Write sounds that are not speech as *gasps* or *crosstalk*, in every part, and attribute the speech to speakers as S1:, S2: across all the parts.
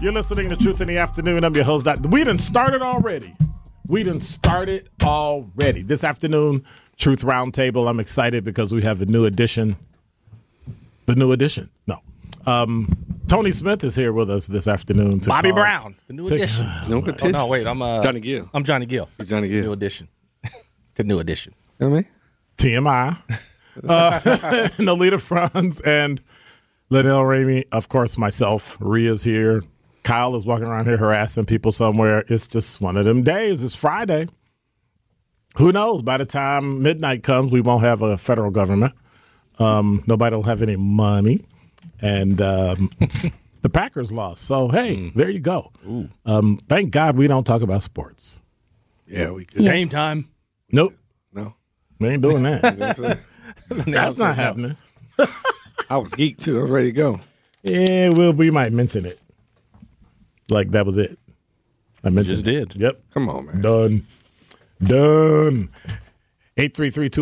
S1: You're listening to Truth in the Afternoon. I'm your host, Dr. We done started already. We done started already. This afternoon, Truth Roundtable. I'm excited because we have a new edition. The new edition. No. Um, Tony Smith is here with us this afternoon. to
S2: Bobby
S1: cause-
S2: Brown, the new
S1: to-
S2: *sighs* edition.
S1: *laughs*
S3: No
S2: Oh,
S3: petition.
S2: no, wait, I'm uh,
S3: Johnny Gill.
S2: I'm Johnny Gill.
S3: It's Johnny Gill.
S2: New edition. *laughs* the new edition.
S3: You know what I mean?
S1: TMI. uh, *laughs* Nolita Franz and Liddell Ramey. Of course, myself. Rhea's here. Kyle is walking around here harassing people somewhere. It's just one of them days. It's Friday. Who knows? By the time midnight comes, we won't have a federal government. Um, nobody will have any money. And um, *laughs* the Packers lost. So, hey, there you go. Um, thank God we don't talk about sports.
S3: Yeah, we could.
S2: Game time. *laughs*
S1: Nope.
S3: No.
S1: We ain't doing
S3: *laughs*
S1: that.
S3: That's it.
S1: That's not happening.
S3: I was geeked too. I was ready to go.
S1: Yeah, well, we might mention it. Like that was it. I mentioned
S2: just
S1: it.
S2: did.
S1: Yep.
S3: Come on, man.
S1: Done. Done.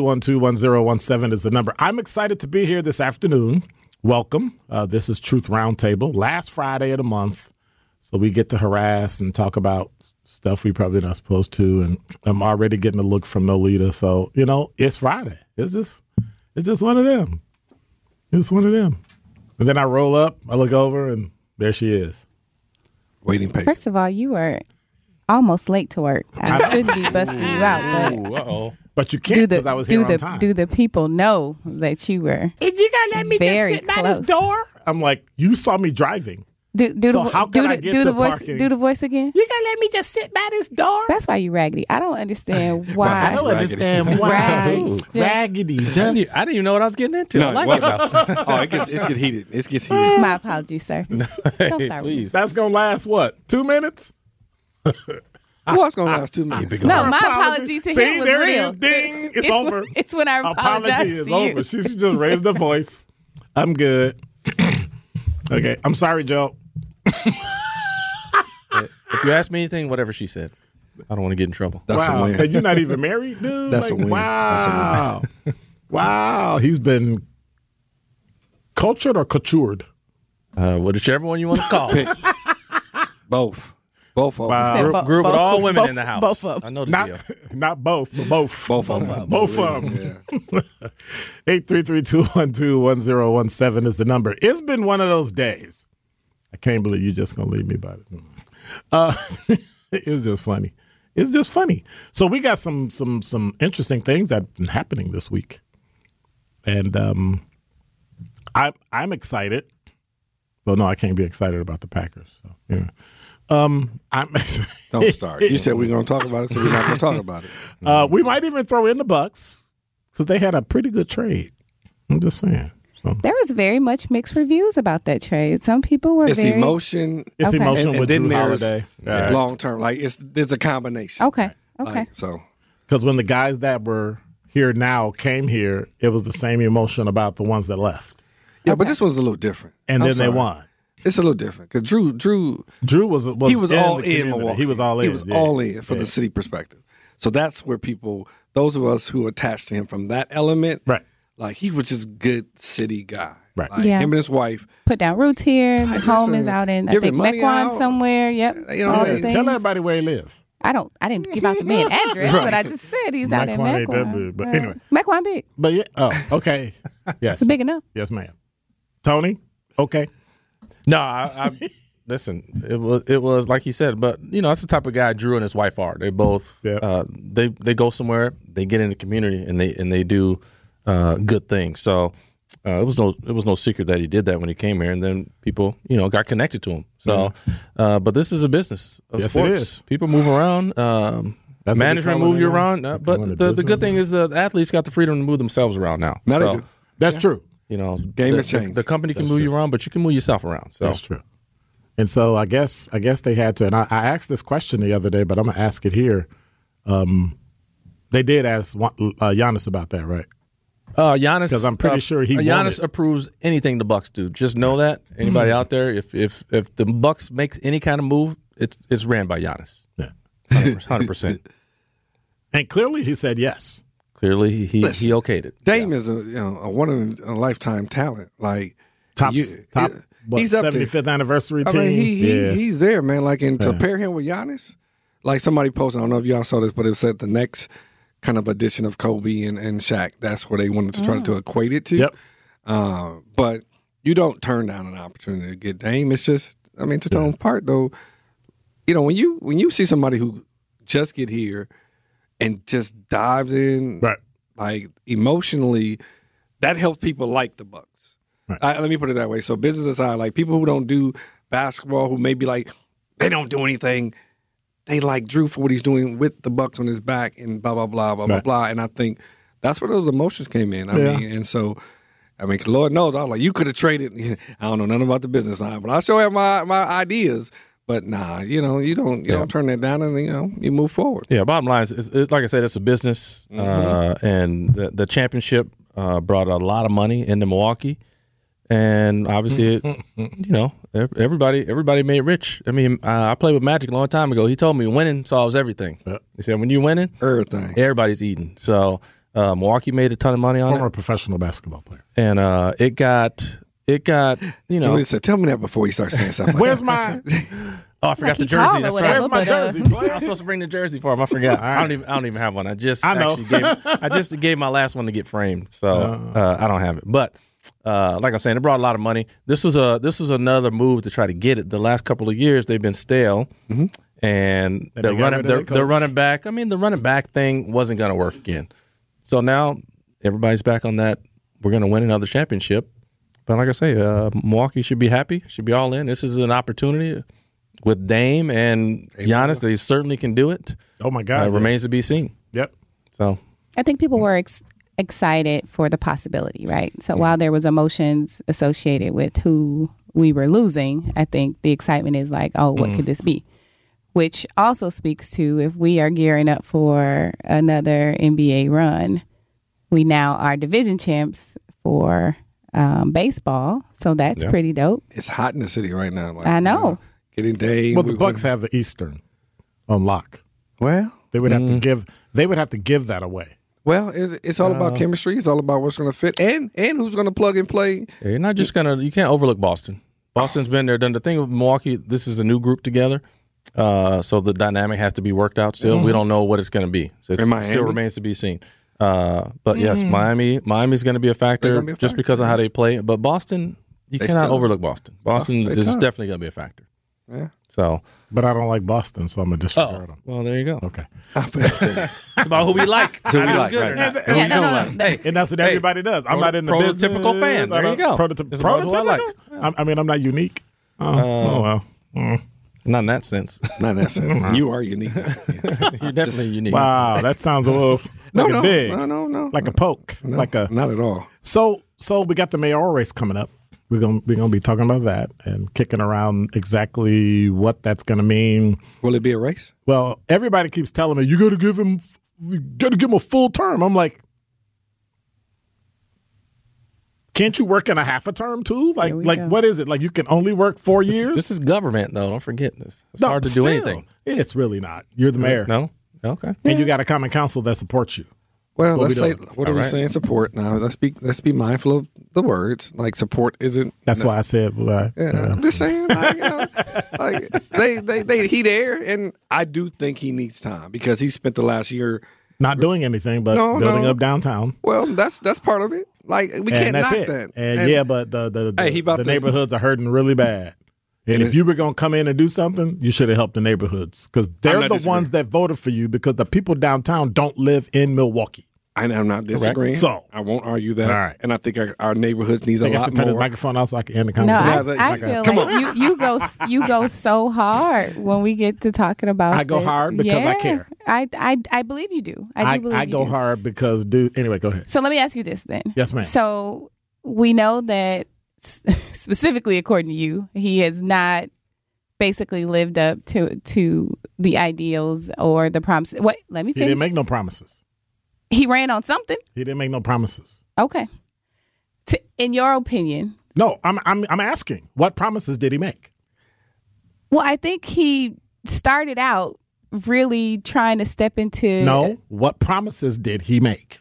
S1: 833-212-1017 is the number. I'm excited to be here this afternoon. Welcome. Uh, this is Truth Roundtable, last Friday of the month. So we get to harass and talk about stuff we probably not supposed to. And I'm already getting a look from Nolita. So, you know, it's Friday. It's just, it's just one of them. It's one of them. And then I roll up, I look over, and there she is.
S3: Waiting patient.
S4: First of all, you were almost late to work. I should be busting you out, but
S2: Uh-oh.
S1: But you
S4: do
S1: can't
S4: the
S1: because I was here
S4: do
S1: on
S4: the
S1: time.
S4: do the people know that you were?
S5: Is you gonna let me
S4: Very
S5: just sit by this
S4: close.
S5: door?
S1: I'm like, you saw me driving.
S4: Do do
S1: So
S4: the
S1: how
S4: vo- do
S1: could I
S4: the
S1: get
S4: do
S1: to
S4: the voice
S1: parking?
S4: do the voice again?
S5: You gonna let me just sit by this door?
S4: That's why you raggedy. I don't
S1: *laughs*
S4: understand why.
S1: I don't
S3: Raggedy.
S1: *laughs* understand why.
S4: Rag- just-
S1: Raggedy.
S2: I
S1: Just,
S2: didn't even know what I was getting into. I like
S3: well,
S2: it.
S3: *laughs* oh, it gets, it's get heated. It gets heated.
S4: My apologies,
S1: *laughs*
S4: sir. Don't start. with me.
S2: Please.
S1: that's going to last what? Two minutes?
S3: Well, it's gonna last two minutes.
S4: No, my apology to
S1: See,
S4: him was
S1: there it
S4: real.
S1: is.
S4: *laughs*
S1: Ding. It's,
S4: when-
S1: over.
S4: it's when I apologize
S1: apology
S4: to
S1: is
S4: you.
S1: over.
S4: *laughs*
S1: She, she just raised the voice. I'm
S3: *clears throat*
S1: good. okay. I'm sorry, Joe.
S2: If you ask me anything, whatever she said, I don't want to get in trouble.
S3: That's
S1: wow.
S3: a
S1: And
S3: win.
S1: you're not even married, dude.
S3: *laughs* That's a
S1: Like,
S3: win. That's a win.
S1: Wow. wow. He's been cultured or coutured.
S2: Uh, whichever one you
S3: *laughs*
S2: want to call.
S3: Pick. Both. Both of
S1: Wow.
S3: them.
S2: Group, group with all women in the house.
S4: both of 'em.
S2: I know the deal.
S1: Not, *laughs* not both, but both.
S3: Both of them.
S1: Both of them. *laughs* 833-212-1017 is the number. It's been one of those days. I can't believe you're just going to leave me by it. Uh, *laughs* it's just funny. It's just funny. So we got some some some interesting things that have been happening this week, and um, I I'm excited. Well, no, I can't be excited about the Packers. So anyway, um, I'm. *laughs*
S3: Don't *laughs* start. You said we are going to talk about it, so we're not going to talk
S2: *laughs*
S3: about it.
S1: Uh, we might even throw in the Bucks because they had a pretty good trade. I'm just saying. So
S4: There was very much mixed reviews about that trade. Some people were
S3: It's
S4: very
S3: emotion
S1: it's
S4: Okay.
S1: emotion
S3: and, and
S1: with
S3: then
S1: Drew
S3: there's
S1: Holiday
S3: long term. Like it's there's a combination.
S4: okay. Okay.
S3: Like, so
S1: because when the guys that were here now came here, it was the same emotion about the ones that left,
S3: yeah, but this one's a little different.
S1: and
S3: I'm
S1: then
S3: sorry.
S1: they won.
S3: It's a little different because Drew Drew
S1: Drew was, was
S3: he was
S1: in
S3: all
S1: the
S3: in
S1: community.
S3: Milwaukee.
S1: He was all in.
S3: He was
S1: yeah.
S3: all in from
S1: Yeah.
S3: the city perspective. So that's where people, those of us who attached to him from that element,
S1: Right.
S3: Like he was just good city guy.
S1: Right.
S3: Like,
S4: Yeah.
S3: Him and his wife.
S4: Put down roots here.
S3: Like,
S4: Home is
S3: listen,
S4: out in I
S3: give me
S4: think
S3: money
S4: Mequon
S3: out.
S4: somewhere. Yep.
S3: You know
S4: all
S3: what I
S4: the
S3: mean?
S4: things.
S1: Tell everybody where he lived.
S4: I don't. I didn't give out the man address, but I just said he's out in
S1: Mequon
S4: Mequon.
S1: ain't that big, but
S4: Well,
S1: anyway.
S4: Mequon big.
S1: But yeah, oh,
S3: *laughs*
S1: okay, yes,
S4: It's big enough.
S1: yes, ma'am. Tony, okay,
S2: No, I, I *laughs* listen. It was it was like he said, but you know that's the type of guy Drew and his wife are. They both
S1: Yep.
S2: uh, they they go somewhere, they get in the community, and they and they do uh, good things. So uh, it was no it was no secret that he did that when he came here, and then people you know got connected to him. So, uh, but this is a business. Of
S1: Mm-hmm. Yes, it
S2: sports.
S1: is.
S2: People move around.
S1: That's
S2: Um,
S1: what they
S2: management
S1: call it
S2: move you
S1: now.
S2: around, uh,
S1: They call it a
S2: but the, the
S1: business
S2: good thing is the athletes got the freedom to move themselves around now.
S3: Now they
S2: So,
S3: do.
S1: that's true.
S2: You know,
S3: Game
S2: the,
S3: has
S2: the-
S3: changed.
S2: The company can move you around, but you can move yourself around. So
S1: That's true. And so I guess I guess they had to. And I, I asked this question the other day, but I'm gonna ask it here. Um, they did ask Wa- uh, Giannis about that, right?
S2: Uh, Giannis,
S1: 'Cause I'm pretty
S2: uh,
S1: sure he
S2: Giannis
S1: wanted-
S2: approves anything the Bucks do. Just know that anybody
S1: Mm-hmm.
S2: out there, if if if the Bucks makes any kind of move, it's it's ran by Giannis,
S1: Yeah. *laughs*
S2: hundred percent.
S1: And clearly he said yes.
S2: Clearly, he he
S3: Listen.
S2: okayed it.
S3: Dame is a, you know, a one in a lifetime talent. Like
S1: Top
S3: you-
S1: top.
S3: it-
S1: What,
S3: he's up to
S1: 75th anniversary
S3: I
S1: team.
S3: mean, he, he
S1: yeah.
S3: he's there, man. Like, and to pair him with Giannis, like somebody posted, I don't know if y'all saw this, but it said the next kind of edition of Kobe and, and Shaq. That's where they wanted to try to equate it to.
S1: Yep.
S3: Uh, but you don't turn down an opportunity to get Dame. It's just, I mean, to Tom's part though, you know, when you when you see somebody who just get here and just dives in,
S1: Right.
S3: like emotionally, that helps people like the Bucks.
S1: Right.
S3: I, let me put it that way. So business aside, like people who don't do basketball, who maybe like they don't do anything, they like Drew for what he's doing with the Bucks on his back and blah blah blah blah blah
S1: Right.
S3: blah. And I think that's where those emotions came in. I
S1: Yeah.
S3: mean, and so. I mean, 'cause Lord knows, I was like, you could have traded. *laughs* I don't know nothing about the business side, but I sure have my, my ideas. But nah, you know, you don't you don't turn that down, and you know, you move forward.
S2: Yeah, bottom line is, is, is like I said, it's a business,
S1: Mm-hmm.
S2: uh, and the, the championship uh, brought a lot of money into Milwaukee,
S1: *laughs*
S2: and obviously, it, you know, ev- everybody everybody made rich. I mean, I, I played with Magic a long time ago. He told me winning solves everything. He said when you're winning,
S3: Everything.
S2: everybody's eating. So uh, Milwaukee made a ton of money on
S1: Former
S2: it,
S1: professional basketball player.
S2: and uh, it got it got you know.
S3: Nobody said, tell me that before you start saying stuff like
S1: Where's
S3: that.
S1: my
S2: Oh, I forgot
S4: like
S2: the
S4: he tall
S2: jersey.
S4: or
S2: That's right.
S4: whatever,
S1: Where's my
S4: but, uh,
S1: jersey?
S2: I
S1: player?
S2: was supposed to bring the jersey for him. I forgot. I don't even. I don't even have one. I just
S1: I know.
S2: actually gave. I just
S1: *laughs*
S2: gave my last one to get framed, so uh, I don't have it. But uh, like I'm saying, it brought a lot of money. This was a. This was another move to try to get it. The last couple of years, they've been stale,
S1: Mm-hmm.
S2: and
S1: they
S2: they're
S1: got
S2: running.
S1: rid of
S2: They're,
S1: their
S2: they're
S1: coach.
S2: running back. I mean, the running back thing wasn't going to work again. So now everybody's back on that. We're going to win another championship. But like I say, uh, Milwaukee should be happy. Should be all in. This is an opportunity with Dame and Giannis. They certainly can do it.
S1: Oh my
S2: Uh,
S1: God!
S2: Remains to be seen.
S1: Yep.
S2: So
S4: I think people were ex- excited for the possibility, right? So while there was emotions associated with who we were losing, I think the excitement is like, oh, what could this be? Which also speaks to if we are gearing up for another NBA run, we now are division champs for um, baseball, so that's
S2: Yeah.
S4: pretty dope.
S3: *laughs* It's hot in the city right now. Like,
S4: I
S3: you
S4: know.
S3: getting day.
S1: Well, the Bucks have the Eastern on lock.
S3: Well,
S1: They would have to
S3: Mm-hmm.
S1: give. They would have to give that away.
S3: well, it's, it's all
S1: Uh.
S3: about chemistry. It's all about what's going to fit and and who's going to plug and play. *laughs*
S2: yeah, you're not just gonna. You can't overlook Boston. Boston's been there, done the thing with Milwaukee. This is a new group together. Uh, so the dynamic has to be worked out. Still, we don't know what it's going to be. So it's, it
S3: And Mm-hmm. Miami? Mm-hmm.
S2: still remains to be seen. Uh, but yes, Miami, Miami's going to be a factor
S3: gonna be a
S2: just
S3: factor.
S2: because of how they play. But Boston, you cannot
S3: still-
S2: overlook Boston. Boston
S3: they
S2: is
S3: tough.
S2: definitely going to be a factor.
S3: Yeah.
S2: So,
S1: But I don't like Boston, so I'm gonna
S4: Oh.
S3: Oh.
S1: disregard them.
S2: well, there you go.
S1: Okay,
S2: It's about who we like. *laughs* who
S3: we like, right, right.
S4: Yeah, no, no, no.
S1: and that's what everybody does. I'm
S2: proto-
S1: not in the business.
S2: prototypical fan. There
S1: I don't-
S2: you go.
S1: Prototy-
S2: It's about who I
S1: prototypical.
S2: like.
S1: I'm- I mean, I'm not unique. Oh, oh well. Mm.
S2: Not in that
S3: *laughs*
S2: sense.
S3: Not in
S1: *laughs*
S3: that sense. you are unique. Yeah.
S2: You're definitely unique.
S1: Wow, that sounds a little
S3: *laughs* No,
S1: like a
S3: no,
S1: big,
S3: no, no, no.
S1: like a poke, like a
S3: Not at all.
S1: So, so we got the mayoral race coming up. We're gonna we're gonna be talking about that and kicking around exactly what that's gonna mean.
S3: Will it be a race?
S1: Well, everybody keeps telling me you got to give him, you got to give him a full term. I'm like, can't you work in a half a term too? Like,
S4: we
S1: like
S4: go.
S1: what is it? Like you can only work four years.
S2: This is government, though. Don't forget this. It's
S1: No,
S2: hard to
S1: still,
S2: do anything.
S1: It's really not. You're the mayor,
S2: No? Okay.
S1: and you got a common council that supports you.
S3: Well,
S1: What
S3: let's
S1: we
S3: say
S1: doing?
S3: what are we
S2: right.
S3: saying? Support. Now let's be let's be mindful of the words. Like support isn't.
S1: That's why I said, well, I-
S3: Yeah,
S1: uh,
S3: I'm just saying, like, uh, *laughs* like they, they, they, he there, and I do think he needs time because he spent the last year.
S1: not doing anything but
S3: No,
S1: building
S3: no.
S1: up downtown.
S3: Well, that's that's part of it. Like we can't knock that.
S1: And, yeah, but the the, the,
S3: Hey, he about
S1: the
S3: to-
S1: neighborhoods are hurting really bad. And if you were going to come in and do something, you should have helped the neighborhoods because they're the
S3: not disagreeing.
S1: ones that voted for you because the people downtown don't live in Milwaukee.
S3: I, am not disagreeing.
S1: So-
S3: I won't argue that.
S1: All right.
S3: And I think our, our neighborhoods needs a
S1: I think I
S3: lot
S1: should turn this
S3: more.
S1: microphone off so I can end the
S4: No,
S1: conversation.
S4: I,
S3: like
S4: I
S3: a-
S4: feel
S3: Come
S4: like you, you go s- you go so hard when we get to talking about.
S1: I go
S4: this.
S1: hard because I
S4: Yeah.
S1: care.
S4: I, I I believe you do. I do
S1: I,
S4: believe
S1: I
S4: you
S1: go
S4: do.
S1: hard because, dude. Anyway, go ahead.
S4: So let me ask you this then.
S1: Yes, ma'am.
S4: So we know that s- *laughs* specifically, according to you, he has not basically lived up to to the ideals or the promise. What? Let me
S1: He didn't
S4: finish.
S1: make no promises.
S4: he ran on something.
S1: He didn't make no promises.
S4: Okay. To, in your opinion,
S1: No, I'm I'm I'm asking what promises did he make?
S4: well, I think he started out really trying to step into
S1: No, what promises did he make?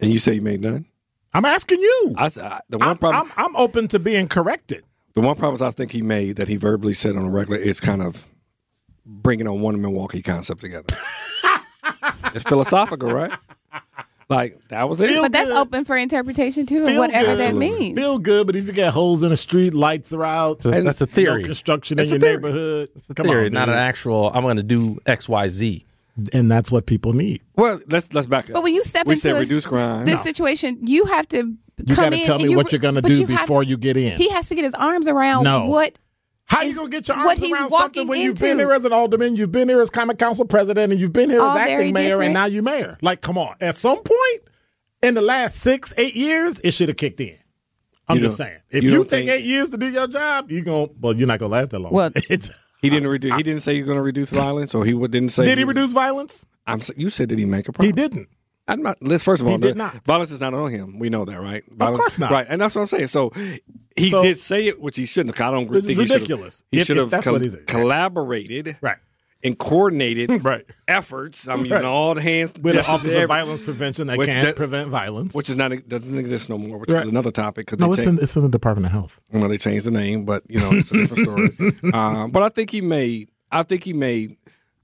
S3: and you say you made none.
S1: I'm asking you.
S3: I, s- I- the one
S1: I'm,
S3: problem,
S1: I'm I'm open to being corrected.
S3: the one promise I think he made that he verbally said on a regular is kind of bringing a one Milwaukee
S1: *laughs*
S3: concept together. it's philosophical, right? Like that was it.
S4: But that's open for interpretation too, and whatever that
S3: Absolutely.
S4: means.
S1: Feel good, but if you got holes in the street, lights are out,
S2: That's a- that's a theory.
S1: no construction in
S3: It's
S1: your
S3: a theory.
S1: neighborhood. It's
S2: The theory, not an actual, I'm going to do X, Y, Z.
S1: And that's what people need.
S3: well, let's let's back up.
S4: But when you step
S3: we
S4: into
S3: said
S4: a-
S3: reduce crime.
S4: this situation, you have to
S1: You
S4: come
S1: got to
S4: in
S1: tell
S4: and
S1: me
S4: you
S1: what
S4: re-
S1: you're going to
S4: but
S1: do
S4: you have-
S1: before you get in.
S4: He has to get his arms around
S1: No.
S4: what
S1: How you
S4: is
S1: gonna get your
S4: what
S1: arms
S4: he's
S1: around
S4: walking
S1: something when you've been
S4: into.
S1: here as an alderman, you've been here as common council president, and you've been here
S4: All
S1: as
S4: very
S1: acting mayor,
S4: different.
S1: and now you're mayor? Like, come on. At some point in the last six, eight years, it should have kicked in. I'm
S3: You
S1: just
S3: don't-
S1: saying. If
S3: you
S1: you,
S3: don't
S1: take
S3: think-
S1: eight years to do your job, you going well, you're not gonna last that long.
S4: Well-
S1: *laughs* It's-
S3: he didn't reduce. He didn't say you're going to reduce violence, or he w- didn't say.
S1: did he reduce violence?
S3: I'm. s- You said did he make a promise?
S1: He didn't.
S3: I'm not. Let's first of all,
S1: did
S3: the-
S1: not.
S3: Violence is not on him. We know that, right? Violence,
S1: course not.
S3: Right, and that's what I'm saying. So he
S1: So-
S3: did say it, which he shouldn't. have. I don't
S1: This is
S3: think he should've-
S1: ridiculous.
S3: He
S1: If-
S3: should
S1: if
S3: have
S1: that's
S3: col-
S1: what he said.
S3: collaborated,
S1: Right.
S3: and coordinated,
S1: Right.
S3: efforts. I'm using all the hands
S1: with the
S3: gestures,
S1: Office of
S3: every-
S1: Violence Prevention that
S3: Which
S1: can't
S3: that-
S1: prevent violence.
S3: which is not doesn't exist no more, which
S1: Right.
S3: is another topic. Cause
S1: no,
S3: they
S1: it's
S3: changed-
S1: in, it's in the Department of Health.
S3: I know they changed the name, but you know it's a different
S1: *laughs*
S3: story. Um, but I think he made, I think he made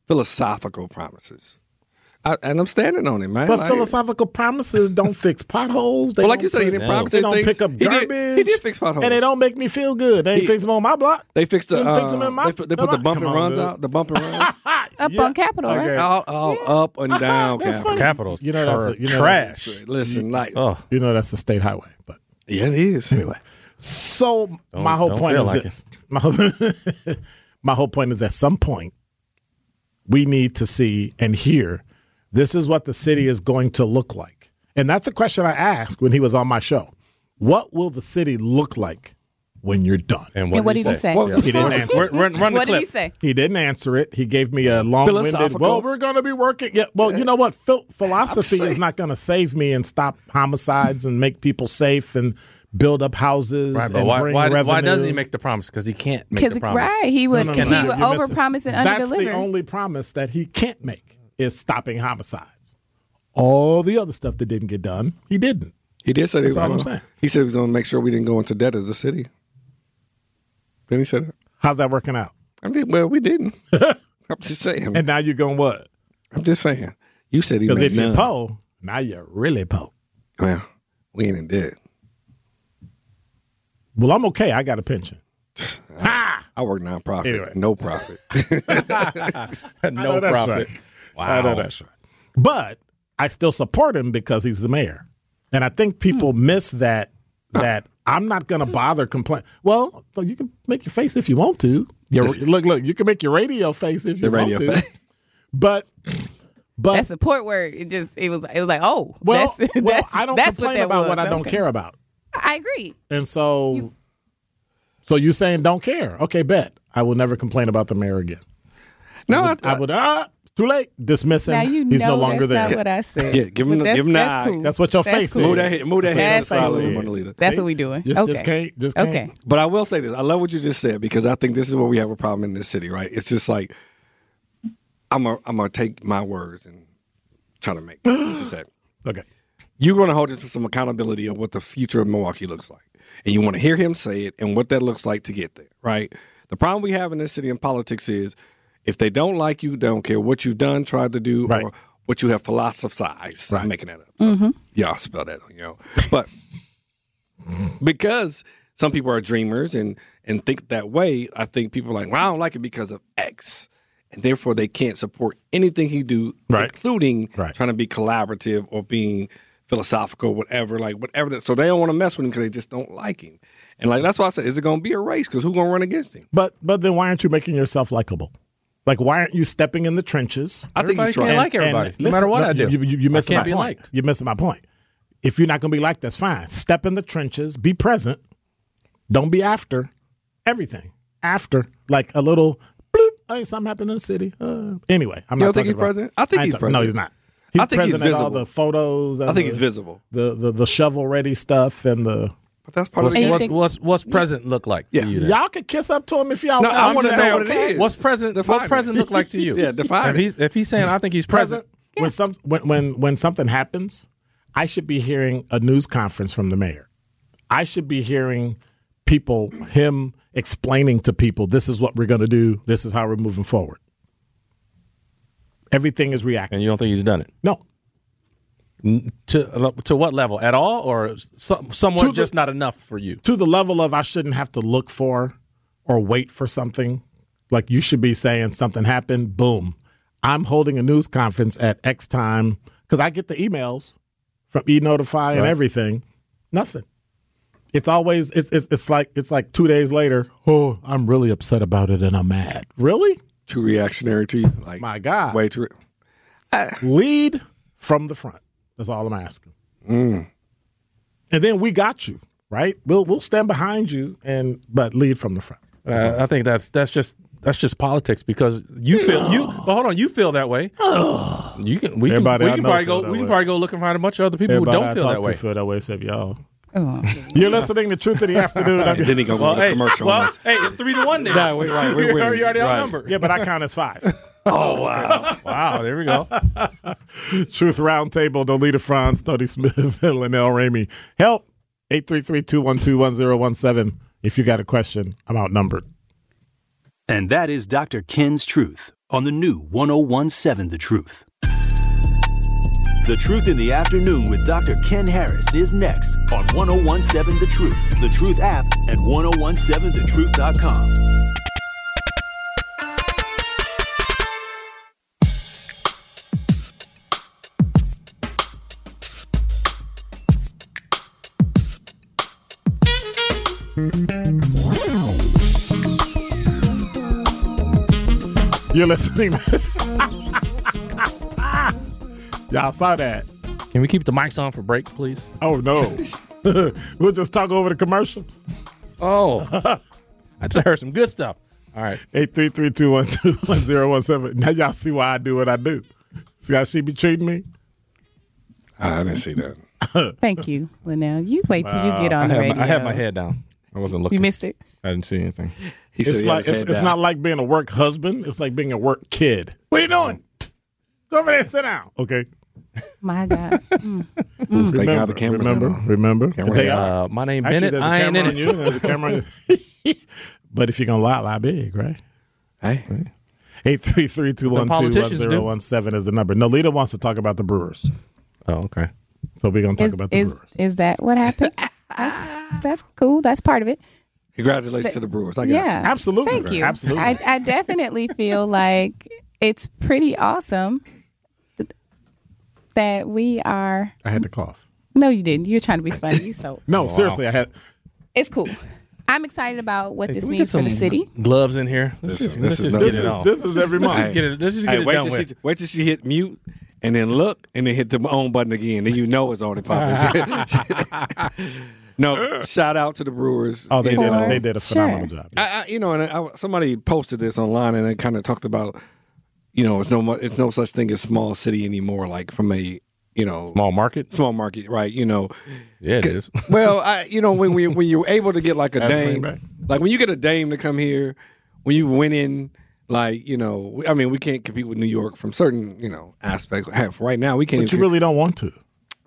S3: philosophical promises, I, and I'm standing on it, man.
S1: But
S3: Like-
S1: philosophical promises don't fix potholes. They
S3: Well, like
S1: don't
S3: you said, he
S1: fix-
S3: didn't promise
S1: They don't
S3: things.
S1: pick up
S3: He
S1: garbage.
S3: did- he did fix potholes.
S1: and they don't make me feel good. They ain't
S3: He-
S1: fix them on my block.
S3: They fixed the.
S1: Didn't
S3: Uh,
S1: fix them in my-
S3: they, fi- they put the
S1: Come
S3: bump and
S1: on,
S3: runs
S1: dude.
S3: out. The bump
S1: *laughs*
S3: and runs
S4: up
S1: Yeah.
S4: on Capitol,
S1: Okay.
S4: right?
S3: all, all up
S1: *laughs*
S3: and down.
S1: That's
S3: Cap.
S1: funny.
S2: Capitals.
S1: You know that's a- you know
S2: trash.
S3: Listen, like
S2: Oh,
S1: You know that's the state highway, but.
S3: yeah, it is. Anyway,
S1: So my whole
S2: don't
S1: point
S2: feel
S1: is
S2: like
S1: this. *laughs* My whole, *laughs* my whole point is at some point we need to see and hear this is what the city is going to look like. And that's a question I asked when he was on my show. What will the city look like when you're done?
S2: and
S4: And
S2: what,
S4: what did he say?
S3: What was
S1: He didn't answer.
S2: Run, run, run the
S4: What
S2: clip.
S4: did he say?
S1: He didn't answer it. He gave me a long-winded.
S3: Philosophical.
S1: Well, we're going to be working. Yeah. Well, you know what?
S3: *laughs*
S1: Phil- philosophy
S3: saying-
S1: is not going to save me and stop homicides and make people safe and build up houses
S2: Right, but
S1: and
S2: why,
S1: bring
S2: why,
S1: revenue.
S2: why doesn't he make the promise? Because he can't make
S4: Because
S2: the promise.
S4: *laughs* right, he would
S1: No, no, no,
S4: he
S1: no,
S4: would
S1: you're missing-
S4: overpromise and
S1: That's
S4: underdeliver.
S1: the only promise that he can't make is stopping homicides. All the other stuff that didn't get done, he didn't.
S3: he did say he was.
S1: all I'm
S3: gonna-
S1: saying.
S3: He said he was going to make sure we didn't go into debt as a city. Then he said,
S1: How's that working out?
S3: "I mean, well, we
S1: *laughs*
S3: didn't." I'm just saying.
S1: And now you're going what?
S3: I'm just saying. You said he
S1: Because
S3: made
S1: if you're
S3: none.
S1: po, now you're really po.
S3: well, we ain't in debt.
S1: Well, I'm okay. I got a pension. ha!
S3: I work nonprofit,
S1: Anyway. *laughs*
S3: no profit. *laughs*
S2: no
S1: that's
S2: profit.
S1: right. I know that's right. But I still support him because he's the mayor. And I think people miss that that I'm not going to bother complain. Well, look, you can make your face if you want to. Your, look, look, you can make your radio face if you
S3: The
S1: want
S3: radio
S1: to.
S3: face.
S1: But but
S4: That's a port word. It just it was it was like oh
S1: well,
S4: that's, *laughs*
S1: well,
S4: that's,
S1: I don't
S4: that's
S1: complain
S4: what that
S1: about
S4: was.
S1: what I don't
S4: Okay.
S1: care about.
S4: I agree.
S1: And so so you saying don't care. Okay, bet. I will never complain about the mayor again.
S3: no, I,
S1: I would ah, too late. Dismiss him.
S4: Now you
S1: he's
S4: know
S1: no longer
S4: that's
S1: there.
S4: not what I said.
S3: Yeah, give him
S4: But
S3: the-
S4: that's,
S3: give him the eye.
S4: that's cool.
S1: That's what your
S4: That's
S1: face
S4: cool.
S3: move that head- move that head to the
S4: That's
S3: side a little,
S4: cool.
S3: Mona Lita.
S4: That's what we doing.
S1: Just,
S4: okay.
S1: just can't. Just can't.
S4: okay.
S3: But I will say this. I love what you just said because I think this is where we have a problem in this city, right? It's just like I'm a, I'm gonna take my words and try to make
S1: *gasps*
S3: what you said.
S1: Okay.
S3: You're gonna hold us to some accountability of what the future of Milwaukee looks like. And you wanna hear him say it and what that looks like to get there, right? The problem we have in this city in politics is if they don't like you, they don't care what you've done, tried to do,
S1: Right.
S3: or what you have philosophized. I'm making that up. So Y'all spell that on your own. But *laughs* because some people are dreamers and and think that way, I think people are like, well, I don't like it because of X. And therefore they can't support anything he do,
S1: Right.
S3: including
S1: Right.
S3: trying to be collaborative or being philosophical, whatever, like whatever that so they don't want to mess with him because they just don't like him. And like that's why I said, is it gonna be a race? Because who's gonna run against him?
S1: But but then why aren't you making yourself likable? Like why aren't you stepping in the trenches?
S3: I think
S2: Everybody
S3: he's trying.
S2: can't like everybody, no matter what I do.
S1: you, you, you
S2: I
S1: missing
S2: can't
S1: my
S2: be
S1: point.
S2: liked.
S1: You're missing my point. If you're not going to be liked, that's fine. Step in the trenches. Be present. Don't be after everything. After like a little bloop. Hey, something happened in the city. Uh, anyway, I'm
S3: You
S1: not
S3: don't think
S1: talking
S3: he's
S1: about-
S3: president? I think
S1: ain't
S3: he's
S1: talking- No,
S3: president.
S1: he's not.
S3: I
S1: He's
S3: think he's
S1: president at all
S3: visible.
S1: the photos. and
S3: I think
S1: the-
S3: he's visible.
S1: The the, the shovel ready stuff and the
S3: But that's part
S2: What's,
S3: of the
S4: And you
S3: game.
S2: what's,
S4: think-
S2: what's, what's present look like
S3: Yeah.
S2: to you? then?
S1: y'all could kiss up to him if y'all.
S3: No,
S1: want.
S3: I
S1: I'm
S3: wanna
S1: just
S3: know
S1: saying,
S3: what it
S1: okay?
S3: is.
S2: What's present?
S3: Define
S2: what
S3: it.
S2: present look like to you?
S3: *laughs* Yeah, define
S2: if
S3: it.
S2: he's, if he's saying, I think he's present.
S1: present when some when, when when something happens i should be hearing a news conference from the mayor i should be hearing people him explaining to people this is what we're going to do this is how we're moving forward everything is reacting
S2: and you don't think he's done it
S1: no
S2: to uh, to what level at all, or some,
S1: To
S2: somewhat
S1: the-
S2: just not enough for you?
S1: to the level of i shouldn't have to look for or wait for something like you should be saying something happened boom i'm holding a news conference at x time because i get the emails from e-notify and
S2: Right.
S1: everything nothing it's always it's, it's it's like it's like two days later oh i'm really upset about it and i'm mad really
S3: too reactionary to you. Like
S1: My God.
S3: way too. Re-
S1: lead from the front that's all i'm asking and then we got you right we'll we'll stand behind you and but lead from the front
S2: Uh, I think that's that's just that's just politics because you feel
S1: *sighs*
S2: you. But hold on, you feel that way. you can we can,
S1: Everybody
S2: we
S1: I
S2: can
S1: know
S2: probably
S1: feel
S2: go
S1: that
S2: we can
S1: way.
S2: probably go looking for a bunch of other people who don't
S1: I
S2: feel
S1: talk
S2: that
S1: to
S2: way.
S1: feel that way except y'all.
S4: Oh.
S1: You're listening to Truth of
S2: *laughs*
S1: the Afternoon. I mean-
S3: Then he gonna go
S2: Well,
S3: to
S2: hey,
S3: commercial.
S2: well,
S3: on us.
S2: *laughs* hey, it's three to one now.
S3: No, we- right, we're
S2: *laughs* you're,
S3: winning.
S2: you're already
S3: Right.
S2: outnumbered.
S1: yeah, but I count as
S2: *laughs*
S1: five.
S3: oh wow!
S2: Wow, there we go.
S1: Truth Roundtable, Delita Franz, Tony Smith, *laughs* and Linnell Ramey. Help 833-212-1017 if you got a question. I'm outnumbered.
S6: And that is Dr. Ken's Truth on the new 1017 The Truth. The Truth in the Afternoon with Dr. Ken Harris is next on 1017 The Truth, The Truth app, and 1017thetruth.com.
S1: You're listening. *laughs* y'all saw that.
S2: *laughs* Can we keep the mics on for break, please?
S1: Oh no. *laughs* we'll just talk over the commercial.
S2: Oh, *laughs* I just heard some good stuff. All right,
S1: 833-212-1017. Now y'all see why I do what I do. See how she be treating me?
S3: I didn't see that.
S4: Thank you, Linnell. You wait till you get
S2: I
S4: on the
S2: had,
S4: radio.
S2: my, I had my head down. I wasn't
S4: You
S2: looking.
S4: missed it.
S2: I didn't see anything.
S3: He said
S1: It's
S3: he had
S1: like
S3: his
S1: it's,
S3: head
S1: it's
S3: down.
S1: not like being a work husband. It's like being a work kid. What are you doing? Go over there, sit down. Okay.
S4: My *laughs* God.
S3: Thank God
S1: Remember,
S3: the camera's
S1: remember,
S3: not on.
S1: remember.
S3: Camera's
S1: They
S3: not
S1: are.
S2: Uh, my name
S1: Actually,
S2: Bennett.
S1: there's a
S2: I ain't
S1: camera
S2: in
S1: on
S2: it.
S1: you. There's a camera on you. *laughs* but if you're gonna lie, lie big, right?
S3: Hey,
S1: Eight three three two one two one
S2: politicians do.
S1: zero one seven is the number. Nolita wants to talk about the Brewers,
S2: Oh, okay.
S1: so we're gonna talk
S4: is,
S1: about the
S4: is,
S1: Brewers. *laughs*
S4: is that what happened? that's, that's cool. That's part of it.
S3: Congratulations to the Brewers. I got
S4: yeah,
S3: you.
S1: Absolutely.
S4: Thank you.
S1: Absolutely.
S4: I, I definitely feel like it's pretty awesome th- that we are.
S1: I had to cough.
S4: No, you didn't. You're trying to be funny. So
S1: No, seriously, I had.
S4: it's cool. I'm excited about what this
S2: We
S4: means
S2: got
S4: for the
S2: some
S4: city.
S2: Gloves in here. Let's
S3: This,
S2: just-
S3: this is
S2: let's just get it
S3: nothing.
S1: This,
S2: on.
S1: this is every
S2: Let's
S1: month.
S2: just get it. Let's just get
S3: Hey,
S2: it
S3: wait
S2: done
S3: till, she,
S2: with.
S3: wait till she hit mute and then look and then hit the on button again. Then you know it's on it
S2: *laughs*
S3: popping. *laughs* no, shout out to the Brewers.
S1: Oh, they
S3: You
S1: did.
S3: know,
S1: A, they did a
S4: Sure.
S1: phenomenal job.
S3: I, I, you know, and I, somebody posted this online and it kind of talked about, you know, it's no, mu- it's no such thing as small city anymore. Like from a, you know,
S2: Small market.
S3: small market, right? You know,
S2: Yeah, it is.
S3: *laughs* well, I, you know, when we when you're able to get like a
S1: Ashley
S3: dame,
S1: Bay.
S3: like when you get a dame to come here, when you win in, like you know, I mean, we can't compete with New York from certain you know aspects. Heck, Right now, we can't.
S1: But
S3: Even,
S1: you really don't want to.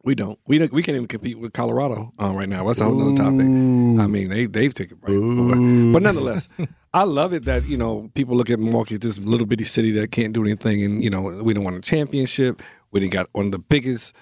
S3: we don't. We don't. We can't even compete with Colorado uh, right now. That's a whole other topic. I mean, they they've taken break, but nonetheless, *laughs* I love it that you know people look at Milwaukee as this little bitty city that can't do anything, and you know we don't won a championship. We didn't got one of the biggest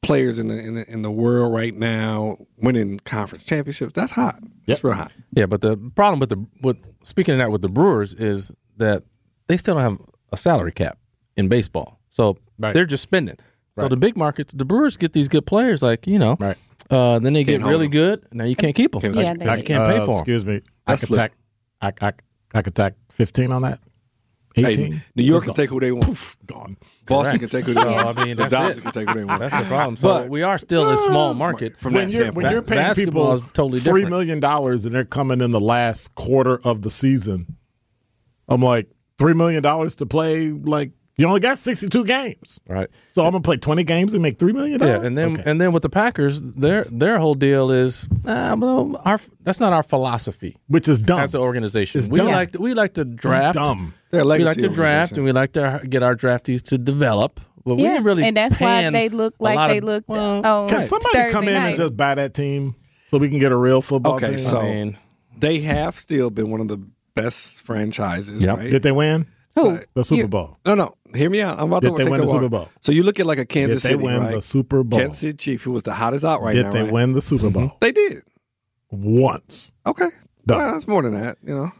S3: players in the in the, in the world right now winning conference championships. That's hot. That's real hot.
S2: *laughs* Yeah, but the problem with the with speaking of that with the Brewers is that they still don't have a salary cap in baseball, so
S1: Right.
S2: they're just spending. So the big markets, the Brewers get these good players, like you know,
S1: Right.
S2: uh, then they get
S3: hold
S2: really
S3: 'em.
S2: good. Now you can't keep them.
S4: Yeah, they-
S2: you can't pay
S1: Uh,
S2: for them.
S1: Excuse me. I,
S3: I
S1: could
S3: slipped.
S1: tack. I, I, I could tack fifteen on that. Eighteen.
S3: Hey, New York can take who
S1: *laughs*
S3: they want.
S1: gone.
S3: Boston can take who they
S2: So,
S3: want.
S2: I mean,
S3: the
S2: that's
S3: Dodgers
S2: it.
S3: can take who they want.
S2: That's the
S3: *laughs*
S2: problem. So
S3: But-
S2: we are still a small market.
S3: from
S1: when
S3: that
S1: you're, when
S3: standpoint.
S1: you're paying
S2: Basketball
S1: people
S2: is totally
S1: three
S2: different.
S1: million dollars and they're coming in the last quarter of the season, I'm like three million dollars to play. Like you only got sixty two games,
S2: Right.
S1: so I'm gonna play twenty games and make three million
S2: Yeah,
S1: dollars.
S2: and then
S1: Okay.
S2: and then with the Packers, their their whole deal is ah, well, our that's not our philosophy
S1: which is dumb.
S2: as an organization.
S1: It's
S2: we
S1: dumb.
S2: like to, we like to draft.
S1: dumb.
S3: They're a
S2: we like
S3: legacy
S2: to draft,
S3: organization.
S2: and we like to get our draftees to develop. But we
S4: Yeah,
S2: didn't really,
S4: and that's why
S2: pan
S4: they look
S2: a
S4: like
S2: lot
S4: they
S2: of-
S4: looked uh,
S2: Well,
S4: on
S1: Can
S4: right.
S1: somebody
S4: Thursday
S1: come in
S4: night.
S1: and just buy that team so we can get a real football
S3: Okay,
S1: team?
S3: so-
S2: I
S3: *laughs*
S2: mean,
S3: they have still been one of the best franchises,
S2: Yep.
S3: right?
S1: did they win
S4: Who?
S2: uh,
S1: the Super
S4: You-
S1: Bowl?
S3: No, no. Hear me out. I'm about
S1: Did
S3: to
S1: they
S3: take
S1: win
S3: a
S1: the
S3: walk.
S1: Super Bowl?
S3: So you look at like a
S1: Did
S3: Kansas
S1: they
S3: City,
S1: win
S3: right?
S1: the Super Bowl?
S3: Kansas City Chief, who was the hottest out right
S1: Did
S3: now.
S1: they
S3: right?
S1: win the Super Bowl
S3: They did.
S1: once?
S3: Okay.
S1: Done.
S3: Well, that's more than that. You know,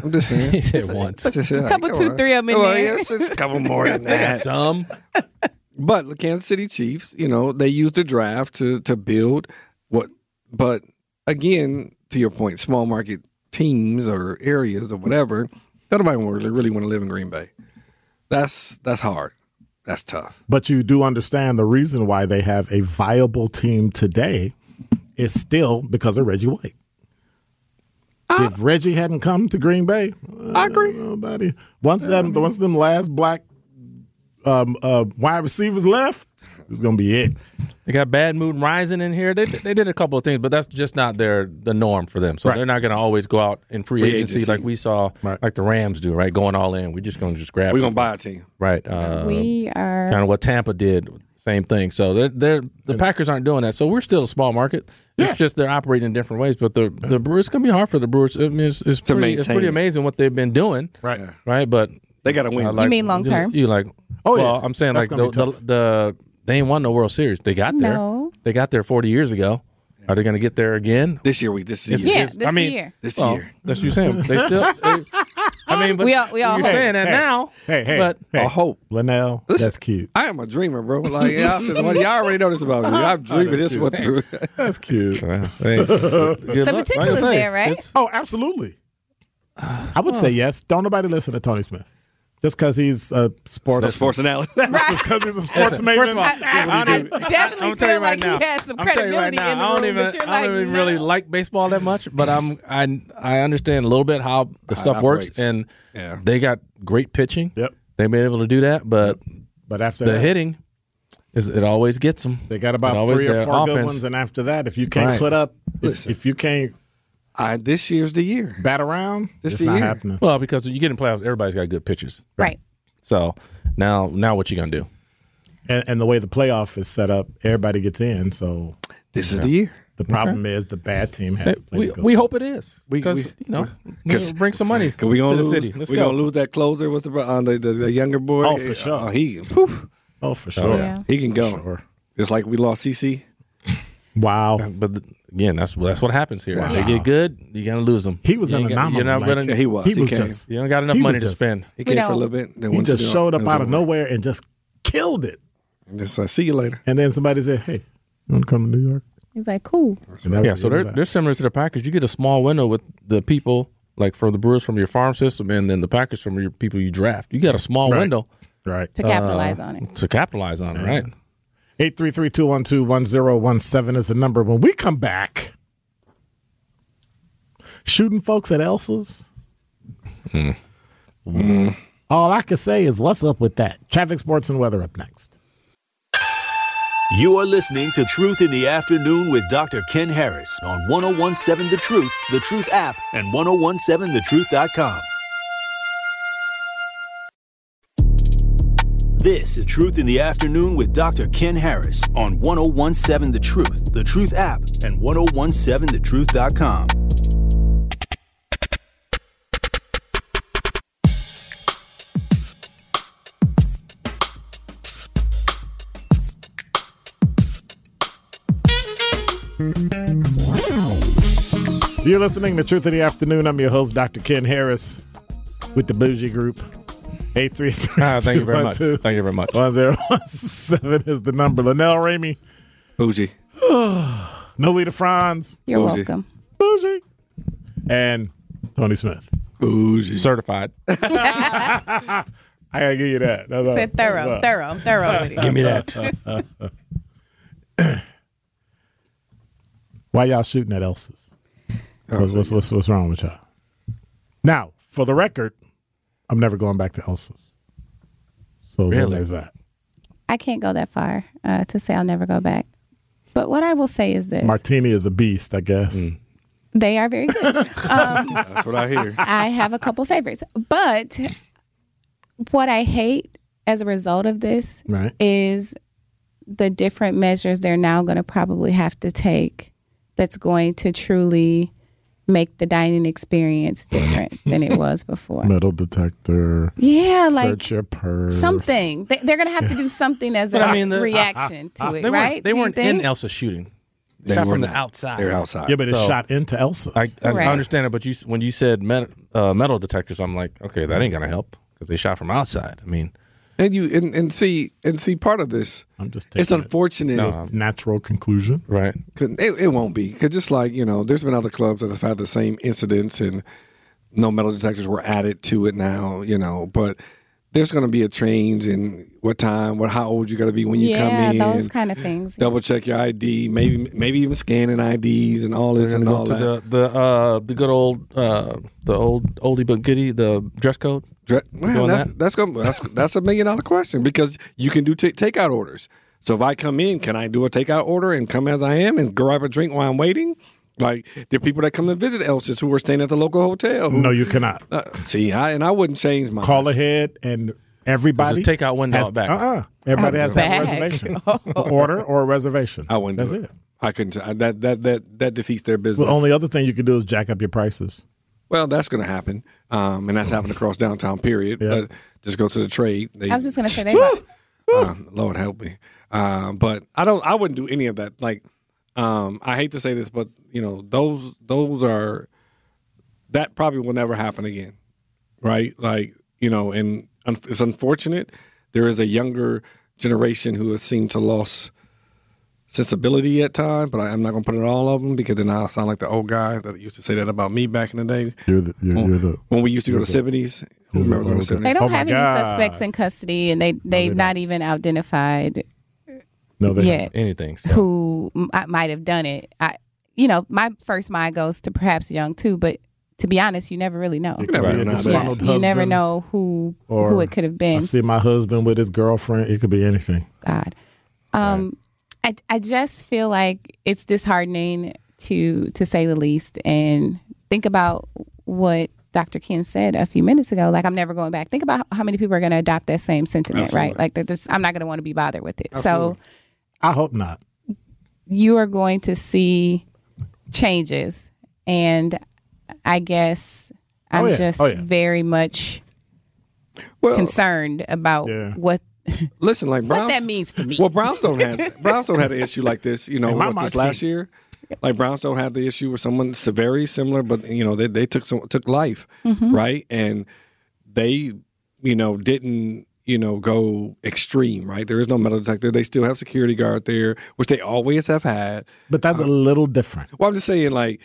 S3: I'm just
S1: *laughs*
S2: he
S3: saying.
S2: said once.
S3: Just, uh,
S4: Couple,
S3: come
S4: two,
S3: on.
S4: three of 'em in
S3: Well,
S4: there.
S3: yeah, it's just a couple more
S4: *laughs*
S3: than
S2: They got
S3: that.
S2: some.
S3: But the Kansas City Chiefs, you know, they used the draft to to build what. But again, to your point, small market teams or areas or whatever, that nobody really really want to live in Green Bay. That's that's hard. That's tough.
S1: But you do understand the reason why they have a viable team today is still because of Reggie White. if Reggie hadn't come to Green Bay, I agree. Nobody. Once them, once them last black um, uh, wide receivers left, it's gonna be it.
S2: They got Bad Mood Rising in here. They they did a couple of things, but that's just not their the norm for them. So they're not going to always go out in free,
S3: Free
S2: agency,
S3: agency.
S2: like we saw,
S1: Right.
S2: like the Rams do, right? Going all in. We're just going to just grab.
S3: We're
S2: it.
S3: gonna buy a team.
S2: right. Uh,
S4: we are.
S2: kind of what Tampa did, same thing. So they're, they're the Packers aren't doing that. So we're still a small market.
S1: Yeah.
S2: It's just they're operating in different ways. But the the Brewers it's gonna be hard for the Brewers. I mean, it's, it's pretty it's
S3: maintain
S2: pretty
S3: it.
S2: amazing what they've been doing.
S1: Right.
S2: Right. But
S3: They got to win.
S2: I like-
S4: mean long term?
S2: You, like?
S1: Oh,
S2: Oh
S1: yeah.
S2: well, I'm saying
S1: That's
S2: like
S1: gonna
S2: the,
S1: be
S2: the
S1: tough.
S2: the they ain't won no World Series. They got there.
S4: No.
S2: They got there 40 years ago. Are they gonna get there again?
S3: this year we this is the year.
S4: yeah, this
S2: I mean,
S4: year.
S3: This year.
S2: That's what you're saying. They
S1: *laughs*
S2: still. They, I mean, but
S4: We all- we all
S2: you're
S4: hope.
S2: saying that
S1: Hey,
S2: now.
S1: hey, hey,
S2: But
S1: hey.
S3: I hope.
S1: Linnell,
S3: Listen.
S1: that's cute.
S3: I am a dreamer, bro. Like, yeah, I said, well, y'all already know this about me. I'm dreaming this one through.
S1: That's cute.
S2: the
S4: potential is there, right?
S1: Oh, absolutely. I would say yes. Don't nobody listen to Tony Smith just because he's a
S3: The
S1: sports
S3: *laughs*
S1: *laughs*
S3: sports analysis.
S1: because he's a sports
S2: Listen,
S1: maven.
S2: first of all,
S4: I, I,
S2: I
S4: I
S2: don't
S4: *laughs* definitely
S2: I'm
S4: feel
S2: telling you right
S4: like
S2: now.
S4: he has some
S2: I'm telling you
S4: credibility
S2: right now, I
S4: in the room.
S2: don't even,
S4: but you're
S2: I don't
S4: like,
S2: even really
S4: no.
S2: like baseball that much, but I'm I I understand a little bit how the
S3: How it
S2: stuff works,
S3: operates.
S2: and
S3: Yeah.
S2: they got great pitching.
S1: Yep.
S2: they've been able to do that, but
S1: But after
S2: the
S1: that,
S2: hitting is it always gets them.
S1: they got
S2: It
S1: about
S2: always
S1: three or
S2: their
S1: four good
S2: offense.
S1: ones, and after that, if you can't
S2: Right.
S1: put up, if,
S3: Listen.
S1: if you can't
S3: I, this year's the year.
S1: bat around,
S3: Just
S1: it's
S3: the
S1: not
S3: year.
S1: happening.
S2: Well, because you get in playoffs, everybody's got good pitchers.
S4: Right.
S2: So now now what you gonna do?
S1: And, and the way the playoff is set up, everybody gets in. So
S3: This is the year.
S1: the problem is the bad team has to play
S2: we
S1: the good.
S2: we hope it is
S3: We-
S2: because
S3: we-
S2: you know
S3: because-
S2: we'll bring some money
S3: Cause we
S2: to
S3: gonna
S2: the
S3: lose.
S2: city. Let's
S3: we
S2: go.
S3: gonna lose that closer. What's the, uh, the, the the younger boy?
S1: Oh, for sure.
S3: Oh, he whew,
S1: oh, for sure.
S4: yeah.
S3: he can
S1: For
S3: go.
S1: sure.
S3: It's like we lost CC.
S1: Wow.
S2: But th- again, that's that's what happens here. They get good, you gotta lose them.
S1: He was
S2: you
S1: an
S2: ain't got-
S1: anomaly.
S2: You're not
S1: like,
S2: gonna,
S3: Yeah, he was.
S1: He was
S3: He came.
S1: just.
S2: *laughs* you don't got enough
S1: he was
S2: money to
S1: just-
S2: spend.
S3: He came for a
S4: don't-
S3: little bit. Then
S1: He
S3: once
S1: just
S3: done,
S1: showed
S3: it
S1: up
S3: was
S1: out of
S3: over.
S1: nowhere and just killed it.
S3: Just like, uh, see you later.
S1: And then somebody said, "Hey, you want to come to New York?"
S4: He's like, cool.
S1: And that
S2: Yeah,
S1: was
S2: so
S1: the
S2: they're
S1: end of
S2: they're similar to the Packers. You get a small window with the people like for the Brewers from your farm system, and then the Packers from your people you draft. You got a small
S1: Right.
S2: window
S1: that. right.
S2: Uh,
S4: To capitalize on it.
S2: to capitalize on, right?
S1: 833-212-1017 is the number. When we come back, shooting folks at Elsa's.
S2: Hmm.
S1: Mm. All I can say is, what's up with that? Traffic, sports, and weather up next.
S6: You are listening to Truth in the Afternoon with Dr. Ken Harris on 1017 The Truth, The Truth app, and 1017thetruth.com. This is Truth in the Afternoon with Dr. Ken Harris on 1017 The Truth, The Truth app, and 1017thetruth.com.
S1: You're listening to Truth of the Afternoon. I'm your host, Dr. Ken Harris with the Bougie Group. 833
S2: Ah, thank you very much. Thank you very much.
S1: 1017 is the number. Linnell Ramey,
S3: Bougie.
S1: Nolita Franz,
S4: You're
S3: Bougie.
S4: welcome.
S1: Bougie, and Tony Smith.
S3: Bougie.
S2: Certified.
S1: I gotta give you that.
S2: Uh,
S1: That's all.
S4: Said thorough,
S1: That's all.
S4: thorough, I'm thorough
S2: *laughs*
S4: with it.
S2: Give me that.
S1: Why y'all shooting at Elsa's? What's, what's, what's, what's wrong with y'all? Now, for the record, I'm never going back to Elsa's. So then
S2: Really?
S1: there's that.
S4: I can't go that far uh, to say I'll never go back. But what I will say is this:
S1: Martini is a beast, I guess.
S4: they are
S2: *laughs*
S4: very good.
S3: That's what
S1: *laughs*
S3: I hear.
S4: I have a couple favorites, but what I hate as a result of this
S1: Right.
S4: is the different measures they're now going to probably have to take that's going to truly make the dining experience different than it
S1: *laughs*
S4: was before.
S1: Metal detector.
S4: Yeah, like
S1: Search your purse.
S4: something. They, they're going to have to
S1: *laughs*
S4: do something as a
S2: I mean, the- *laughs*
S4: reaction to it,
S2: Ah, they
S4: right?
S2: weren't, they
S4: Do you
S2: weren't
S4: think?
S2: in Elsa's shooting.
S3: They
S2: shot
S3: were
S2: from the
S3: not.
S2: outside.
S3: They're outside.
S1: Yeah, but it's
S2: So-
S1: shot into Elsa's.
S2: I, I
S4: Right.
S2: understand it, but you s- when you said met, uh, metal detectors, I'm like, okay, that ain't gonna help because they shot from outside. I mean,
S3: And you and, and see and see part of this.
S1: I'm just taking
S3: It's unfortunate.
S1: a natural conclusion.
S2: right?
S3: 'Cause It, it won't be because just like you know, there's been other clubs that have had the same incidents and no metal detectors were added to it now. You know, but there's going to be a change in what time, what how old you got to be when you
S4: yeah,
S3: come in.
S4: those kind of things.
S3: Double check your ID, maybe maybe even scanning IDs and all this
S2: They're
S3: and
S2: gonna go
S3: all
S2: to
S3: that.
S2: the the uh, the good old uh, the old oldie but goodie the dress code.
S3: Dre- Man,
S2: doing
S3: that's
S2: that?
S3: that's gonna that's that's a million dollar question because you can do ta- takeout orders. So if I come in, can I do a takeout order and come as I am and grab a drink while I'm waiting? Like there are people that come and visit Elsa's who are staying at the local hotel. who-
S1: No, you cannot.
S3: Uh, see, I and I wouldn't change my
S1: Call ahead and everybody.
S2: There's a takeout window
S1: has,
S2: out back.
S1: Uh-uh. Everybody has to have a
S4: Back.
S1: reservation.
S4: *laughs*
S1: Order or a reservation.
S3: I wouldn't.
S1: That's
S3: do it.
S1: it.
S3: I couldn't. I, that that that that defeats their
S1: The
S3: business.
S1: only other thing you can do is jack up your prices.
S3: well, that's going to happen, um, and that's happened across downtown. Period.
S1: Yeah.
S3: But just go to the trade. They,
S4: I was just going to say they
S3: Uh, Lord help me. Um, but I don't. I wouldn't do any of that. Like, um, I hate to say this, but you know, those those are that probably will never happen again, right? Like, you know, and un- it's unfortunate. There is a younger generation who has seemed to lost sensibility at times, but I, I'm not going to put it on all of them because then I will sound like the old guy that used to say that about me back in the day
S1: You're the. You're, you're the
S3: when we used to go to 70s. Who remember going to
S1: older.
S3: 70s?
S4: They don't
S1: Oh my
S4: have any
S1: God.
S4: suspects in custody, and they they not even identified
S1: no, they
S4: yet
S2: Anything. So.
S4: who m- I might have done it. I, you know, my first mind goes to perhaps young too, but to be honest, you never really know.
S3: never
S1: Right.
S3: know
S1: It's
S3: nowadays.
S1: Ronald
S4: You never
S1: husband
S4: know who who
S1: or-
S4: it could have
S1: I
S4: been.
S1: see my husband with his girlfriend. It could be anything.
S4: God. Um, I, I just feel like it's disheartening to to say the least. And think about what Dr. Ken said a few minutes ago. Like I'm never going back. Think about how many people are going to adopt that same sentiment, right? Like they're just I'm not going to want to be bothered with it. So
S1: I hope not.
S4: you are going to see changes, and I guess I'm
S1: yeah.
S4: just
S1: Oh, yeah.
S4: very much
S3: Well,
S4: concerned about
S1: Yeah.
S4: what
S3: Listen, like Browns.
S4: that means for me.
S3: Well, Brownstone had Brownstone had an issue like this. You know,
S1: my
S3: what,
S1: mind
S3: this last year, like Brownstone had the issue with someone s- very similar, but you know they they took some took life,
S4: Mm-hmm.
S3: right? And they, you know, didn't you know go extreme, right? There is no metal detector. They still have security guard there, which they always have had.
S1: But that's a little different.
S3: Well, I'm just saying, like,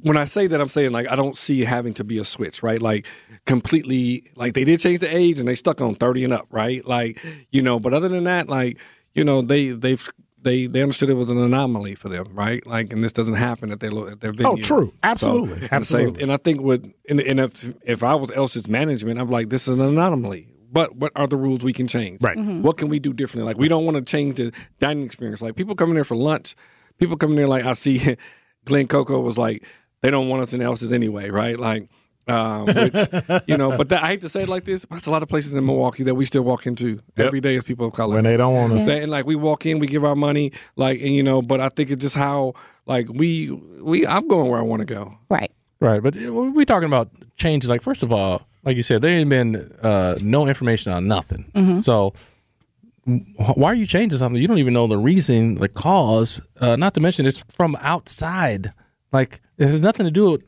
S3: when I say that, I'm saying, like, I don't see having to be a switch, right? Like, completely, like, they did change the age and they stuck on 30 and up, right? Like, you know, but other than that, like, you know, they, they've, they, they understood it was an anomaly for them, right? Like, and this doesn't happen at their lo- at their venue.
S1: Oh, true.
S3: So,
S1: Absolutely.
S3: and, the same-
S1: Absolutely.
S3: and I think with and, and if if I was Elsa's management, I'm like, this is an anomaly. But what are the rules we can change?
S1: Right.
S3: What can we do differently? Like we don't want to change the dining experience. Like people coming there for lunch, people coming there like I see *laughs* Glenn Coco was like, they don't want us in Elsa's anyway, right? Like
S1: *laughs*
S3: um, which you know, but that, I hate to say it like this. but That's a lot of places in Milwaukee that we still walk into every day as people of color.
S1: When they don't want us.
S3: That- and like we walk in, we give our money, like and you know. But I think it's just how like we we I'm going where I want to go.
S4: Right.
S2: *laughs* Right, but when we talking about changes, like first of all, like you said, there ain't been uh, no information on nothing. So wh- why are you changing something? You don't even know the reason, the cause. Uh, not to mention, it's from outside. Like it has nothing to do with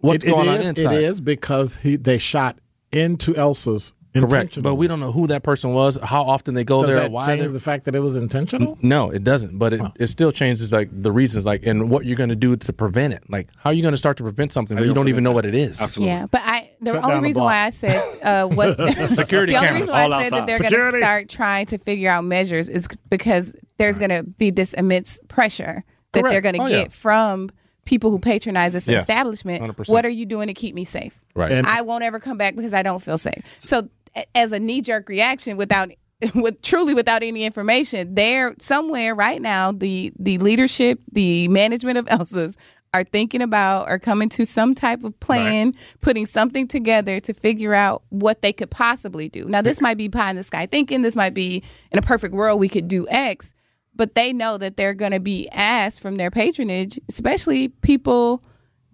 S2: what's
S1: It- it
S2: going
S1: is-
S2: on inside.
S1: It is because he they shot into Elsa's
S2: correct,
S1: intentional.
S2: but we don't know who that person was, how often they go
S1: Does
S2: there,
S1: that
S2: why.
S1: change
S2: they-
S1: the fact that it was intentional?
S2: no, it doesn't. But it, it still changes like the reasons, like and what you're going to do to prevent it. Like how are you going to start to prevent something when you don't even know what it is?
S4: Yeah, but I the
S1: Shut down
S4: only
S1: the
S4: reason
S1: block.
S4: why I said
S1: *laughs*
S4: uh, what
S2: Security
S4: *laughs* the only
S2: cameras
S4: reason why I
S2: all outside.
S4: said that they're going
S1: Security.
S4: to start trying to figure out measures is c- because there's going to be this immense pressure that
S2: Correct.
S4: they're going to
S2: Oh, yeah.
S4: get from people who patronize this
S2: Yes.
S4: establishment.
S2: 100%.
S4: What are you doing to keep me safe?
S2: Right.
S1: And-
S4: I won't ever come back because I don't feel safe. So a- as a knee jerk reaction without *laughs* with truly without any information, there somewhere right now the the leadership, the management of Elsa's are thinking about or coming to some type of plan, putting something together to figure out what they could possibly do. Now this might be pie in the sky thinking, this might be in a perfect world we could do X, but they know that they're going to be asked from their patronage, especially people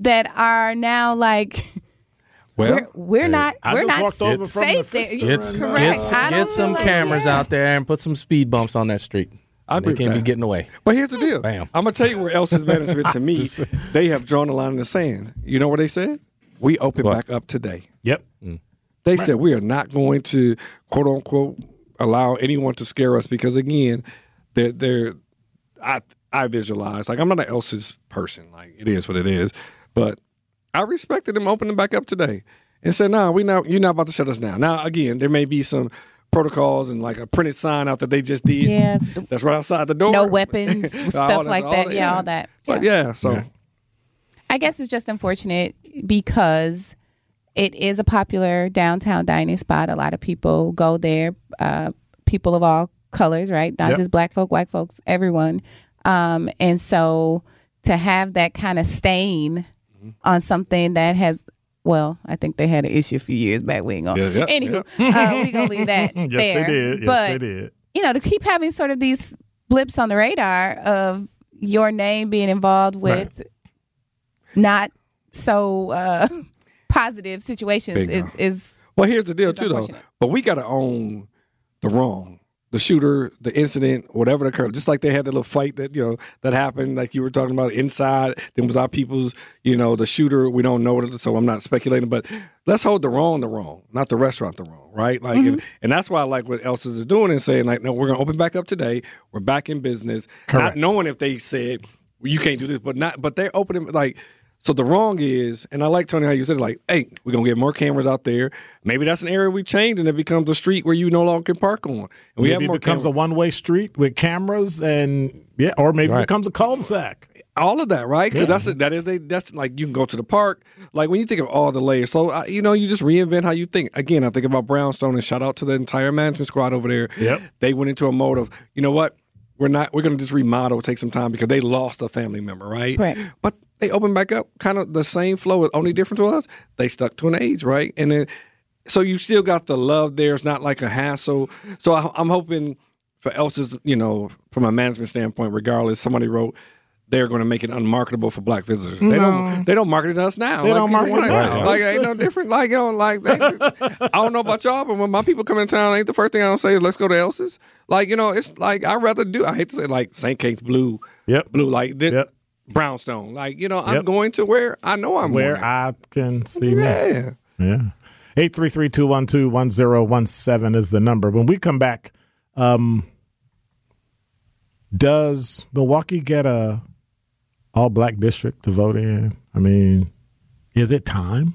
S4: that are now like *laughs*
S3: Well,
S4: we're, we're not
S1: I
S4: we're
S1: just
S4: not
S1: walked over from the
S4: safe
S1: Fisker
S4: there.
S2: Get,
S4: Correct.
S2: get,
S4: I don't
S2: get some
S4: feel like-
S2: cameras
S4: yeah.
S2: out there and put some speed bumps on that street. I
S3: agree
S2: they
S3: with
S2: can't be
S3: that.
S2: getting away.
S3: But here's the deal.
S2: Bam.
S3: I'm gonna tell you where else's management
S2: *laughs*
S3: to me, they have drawn a line in the sand. You know what they said? We open
S2: What?
S3: back up today.
S1: Yep.
S2: Mm.
S3: They said we are not going to quote unquote allow anyone to scare us because again, they're, they're I I visualize like I'm not an else's person. Like it is what it is, but I respected them opening back up today and said, "Nah, we not you're not about to shut us down." Now again, there may be some protocols and like a printed sign out that they just did.
S4: Yeah.
S3: that's right outside the door.
S1: *laughs*
S4: No weapons, stuff
S3: that's-
S4: like that. Yeah, all that.
S3: But yeah, so
S4: I guess it's just unfortunate because it is a popular downtown dining spot. A lot of people go there. Uh, people of all colors, right? Not
S1: Yep.
S4: just black folk, white folks, everyone. Um, and so to have that kind of stain
S1: Mm-hmm.
S4: on something that has, well, I think they had an issue a few years back. We ain't gonna.
S3: Yeah, *laughs* yeah,
S4: *laughs* Anywho, uh, we gonna leave
S1: *laughs*
S4: that
S1: Yes,
S4: there.
S1: they did. Yes,
S4: but
S1: they did.
S4: you know, to keep having sort of these blips on the radar of your name being involved with not so uh, *laughs* positive situations
S3: Bingo.
S4: is, is
S3: Well, here's the deal
S4: It's
S3: too, though.
S4: unfortunate.
S3: But we gotta own the wrong, the shooter, the incident, whatever occurred. Just like they had that little fight that you know that happened, like you were talking about inside. Then was our people's, you know, the shooter. We don't know what, it- so I'm not speculating. But let's hold the wrong, the wrong, not the restaurant, the wrong, right? Like, and, and that's why I like what Elsa's is doing and saying like, no, we're gonna open back up today. We're back in business, not knowing if they said well, you can't do this, but not, but they're opening like. So the wrong is, and I like Tony how you said it, like, hey, we're gonna get more cameras out there. Maybe that's an area we change and it becomes a street where you no longer can park on. And we have
S1: maybe it
S3: more
S1: becomes
S3: cameras.
S1: a one way street with cameras and yeah, or maybe it
S2: Right.
S1: becomes a cul-de-sac.
S3: all of that, right? Because that's that is they that's like you can go to the park. Like when you think of all the layers, so uh, you know you just reinvent how you think. Again, I think about Brownstone and shout out to the entire management squad over there.
S1: Yep.
S3: they went into a mode of you know what we're not we're going to just remodel, take some time because they lost a family member, right?
S4: Correct.
S3: But they opened back up, kind of the same flow. Only difference was they stuck to an age, right? And then so you still got the love there. It's not like a hassle. So I, I'm hoping for Elsa's, you know, from a management standpoint, regardless, somebody wrote they're going to make it unmarketable for black visitors. They don't. They don't market it to us now.
S1: They
S3: Like,
S1: don't
S3: people
S1: market
S3: want
S1: it
S3: it
S1: to
S3: now.
S1: us.
S3: Like ain't no different. Like you know, like they- I don't know about y'all, but when my people come in town, ain't the first thing I don't say is let's go to Elsa's. Like you know, it's like I rather do. I hate to say like St. Kate's blue.
S1: Yep.
S3: Blue like this,
S1: Yep.
S3: brownstone. Like you know, I'm
S1: Yep.
S3: going to where I know I'm
S1: where
S3: going.
S1: I can see me.
S3: yeah.
S1: Yeah. 833-212-1017 is the number. When we come back, um does Milwaukee get a all black district to vote in? I mean, is it time?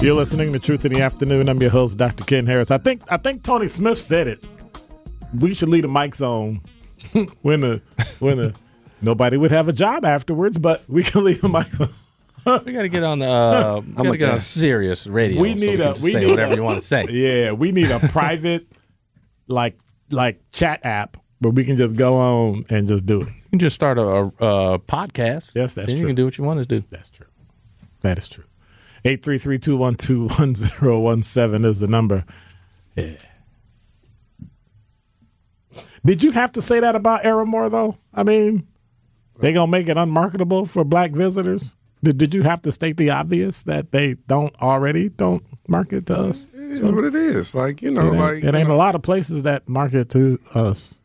S1: You're listening to Truth in the Afternoon. I'm your host, Dr. Ken Harris. I think I think Tony Smith said it. We should leave the mics on *laughs* when the when the nobody would have a job afterwards, but we can leave the mics on.
S2: We got to get
S1: *laughs*
S2: on the. Uh, we gotta
S3: a
S2: get on
S3: guy.
S2: serious radio.
S1: We
S2: so
S1: need
S2: can
S1: a- we
S2: say
S1: need
S2: whatever
S1: a-
S2: you want
S1: *laughs*
S2: to say.
S1: Yeah, we need a private *laughs* like like chat app where we can just go on and just do it.
S2: You can just start a, a, a podcast.
S1: Yes, that's
S2: then You
S1: true.
S2: can do what you want to do.
S1: That's true. That is true. 833-212-1017 is the number. Yeah. Did you have to say that about Aramore though? I mean, they gonna make it unmarketable for black visitors? Did, did you have to state the obvious that they don't already don't market to us?
S3: It's what it is. Like you know,
S1: It ain't,
S3: like
S1: it
S3: you
S1: ain't
S3: know.
S1: a lot of places that market to us.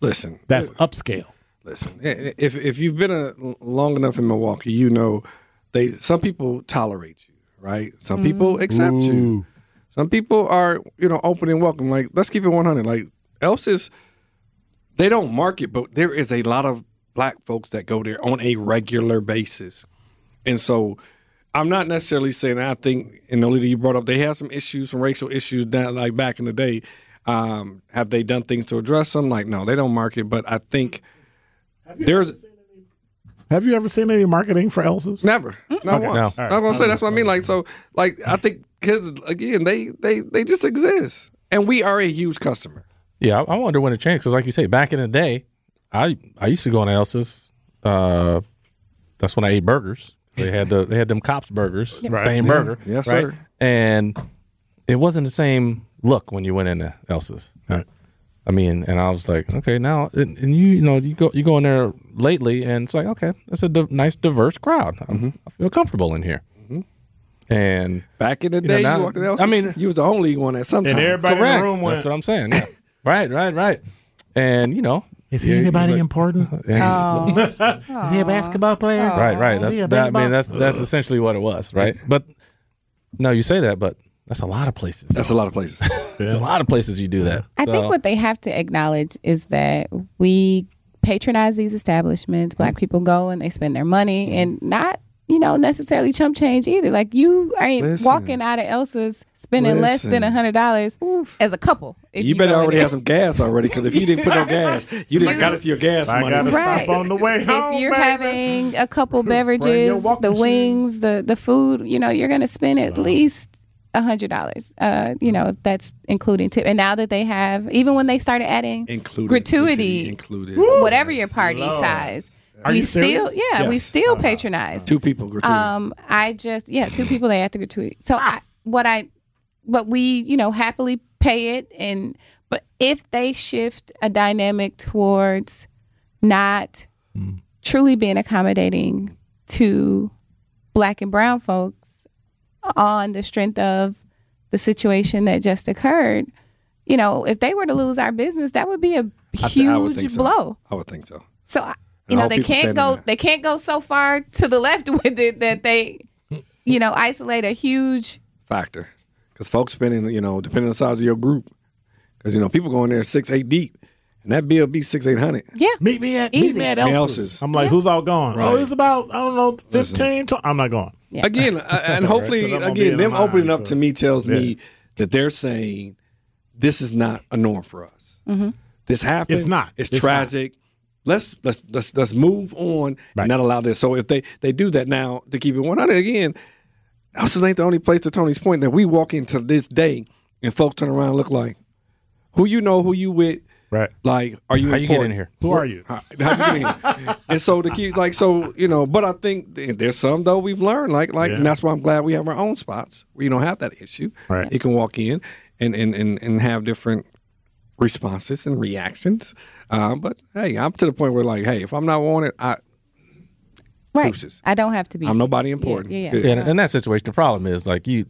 S3: listen.
S1: That's upscale.
S3: Listen, i- if if you've been a, long enough in Milwaukee, you know they some people tolerate you, right? Some people accept you. Some people are you know open and welcome. Like let's keep it one hundred. Like else's, they don't market, but there is a lot of black folks that go there on a regular basis, and so. I'm not necessarily saying I think, and the leader you brought up, they had some issues, some racial issues that, like back in the day. Um, have they done things to address them? Like, no, they don't market. But I think there's
S1: Have you ever seen any marketing for Elsa's?
S3: never, not once.
S2: No.
S3: I was gonna say that's what I mean. Like so, like I think because again, they they they just exist, and we are a huge customer.
S2: Yeah, I, I wonder when it changed because, like you say, back in the day, I I used to go on Elsa's. Uh, that's when I ate burgers. They had the they had them cops burgers, same burger.
S3: Yes,
S2: right?
S3: sir.
S2: And it wasn't the same look when you went into Elsa's.
S1: Right.
S2: I mean, and I was like, okay, now, and, and you, you know, you go, you go in there lately, and it's like, okay, it's a di- nice, diverse crowd. I'm, I feel comfortable in here. And
S3: Back in the
S2: know,
S3: day, you,
S2: now-
S3: walked in else.
S2: I mean-
S3: you was the only one at some
S1: And
S3: time.
S1: everybody in
S2: correct,
S1: the room
S2: that's
S1: went.
S2: what I'm saying. Yeah. right, right, right. And you know,
S1: Is he
S2: Yeah,
S1: anybody *laughs*
S2: like-
S1: important?
S2: and-
S1: Is he a basketball player?
S2: right, right.
S4: Oh,
S2: That's,
S1: Is he a
S2: that, I mean,
S1: baseball-
S2: that's that's essentially what it was, right? But no, you say that, but that's a lot of places.
S3: That's a lot
S2: *laughs*
S3: of places.
S2: It's a lot of places you do that.
S4: I think
S2: So-
S4: what they have to acknowledge is that we patronize these establishments. Black people go and they spend their money
S1: Mm-hmm.
S4: and not, you know, necessarily chump change either. Like you ain't
S3: Listen.
S4: walking out of Elsa's spending less than a
S3: Listen.
S4: hundred dollars as a couple. if
S3: you better
S4: go in
S3: already
S4: there.
S3: have some gas already, because if you didn't put no gas, you didn't
S4: You-
S3: got it to your gas
S1: I
S3: money.
S1: gotta
S4: Right.
S1: stop on the way home.
S4: *laughs* If you're
S1: Oh, baby.
S4: having a
S1: *laughs*
S4: couple
S1: your
S4: beverages,
S1: walking
S4: the
S1: shoes.
S4: wings, the the food, you know, you're gonna spend
S1: Uh-huh.
S4: at least a hundred dollars. Uh, you know, that's including tip. And now that they have, even when they started adding
S3: Included
S4: gratuity,
S3: included.
S4: whatever your party size.
S1: Are
S4: we
S1: you
S4: still,
S1: serious? Uh-huh.
S4: yeah, we
S3: Yes.
S4: still patronize.
S3: Two people gratuity.
S4: Um, I just, yeah, two people they have to gratuity. So
S3: Ah.
S4: I, what I, but we, you know, happily pay it, and but if they shift a dynamic towards not
S3: Hmm.
S4: truly being accommodating to black and brown folks on the strength of the situation that just occurred, you know, if they were to lose our business, that would be a
S3: I th- I would think
S4: huge
S3: so.
S4: blow.
S3: I would think so.
S4: So I-
S3: And
S4: you
S3: all
S4: know they
S3: people
S4: can't
S3: standing
S4: go
S3: there.
S4: they can't go so far to the *laughs* left with it that they you know isolate a huge
S3: factor because folks spending you know depending on the size of your group because you know people going there six eight deep and that bill be six eight hundred
S4: yeah
S1: Meet me at
S4: Easy.
S1: meet me at
S3: Elsa's.
S1: Elsa's. I'm like, who's all going? Oh,
S3: Right.
S1: it's about I don't know, fifteen.
S3: Listen.
S1: To- I'm not going.
S2: *laughs*
S4: Yeah.
S3: Again, uh, and hopefully,
S1: 'cause I'm gonna be
S3: again,
S1: in the
S3: them opening
S1: mind
S3: up
S1: for-
S3: to me tells me that they're saying this is not a norm for us.
S2: Mm-hmm.
S3: This happened.
S1: It's not.
S3: It's,
S1: It's
S3: tragic. Let's let's let's let's move on
S1: Right.
S3: and not allow this. So if they they do that now to keep it one hundred again, houses ain't the only place. To Tony's point, that we walk into this day and folks turn around and look like who you know, who you with.
S1: Right.
S3: Like, are you
S2: How you get in
S3: important?
S2: here?
S1: Who are you?
S3: How- *laughs* how'd you get in? and so to keep like so you know, but I think th- there's some though we've learned like like
S1: Yeah.
S3: and that's why I'm glad we have our own spots where you don't have that issue.
S1: Right.
S3: you can walk in and and and, and have different responses and reactions. Um, but hey, I'm to the point where like hey, if I'm not wanted, I
S4: Right.
S3: Deuces.
S4: I don't have to be.
S3: I'm nobody important.
S4: Yeah, yeah,
S3: Good.
S4: yeah.
S2: And in that situation, the problem is like you,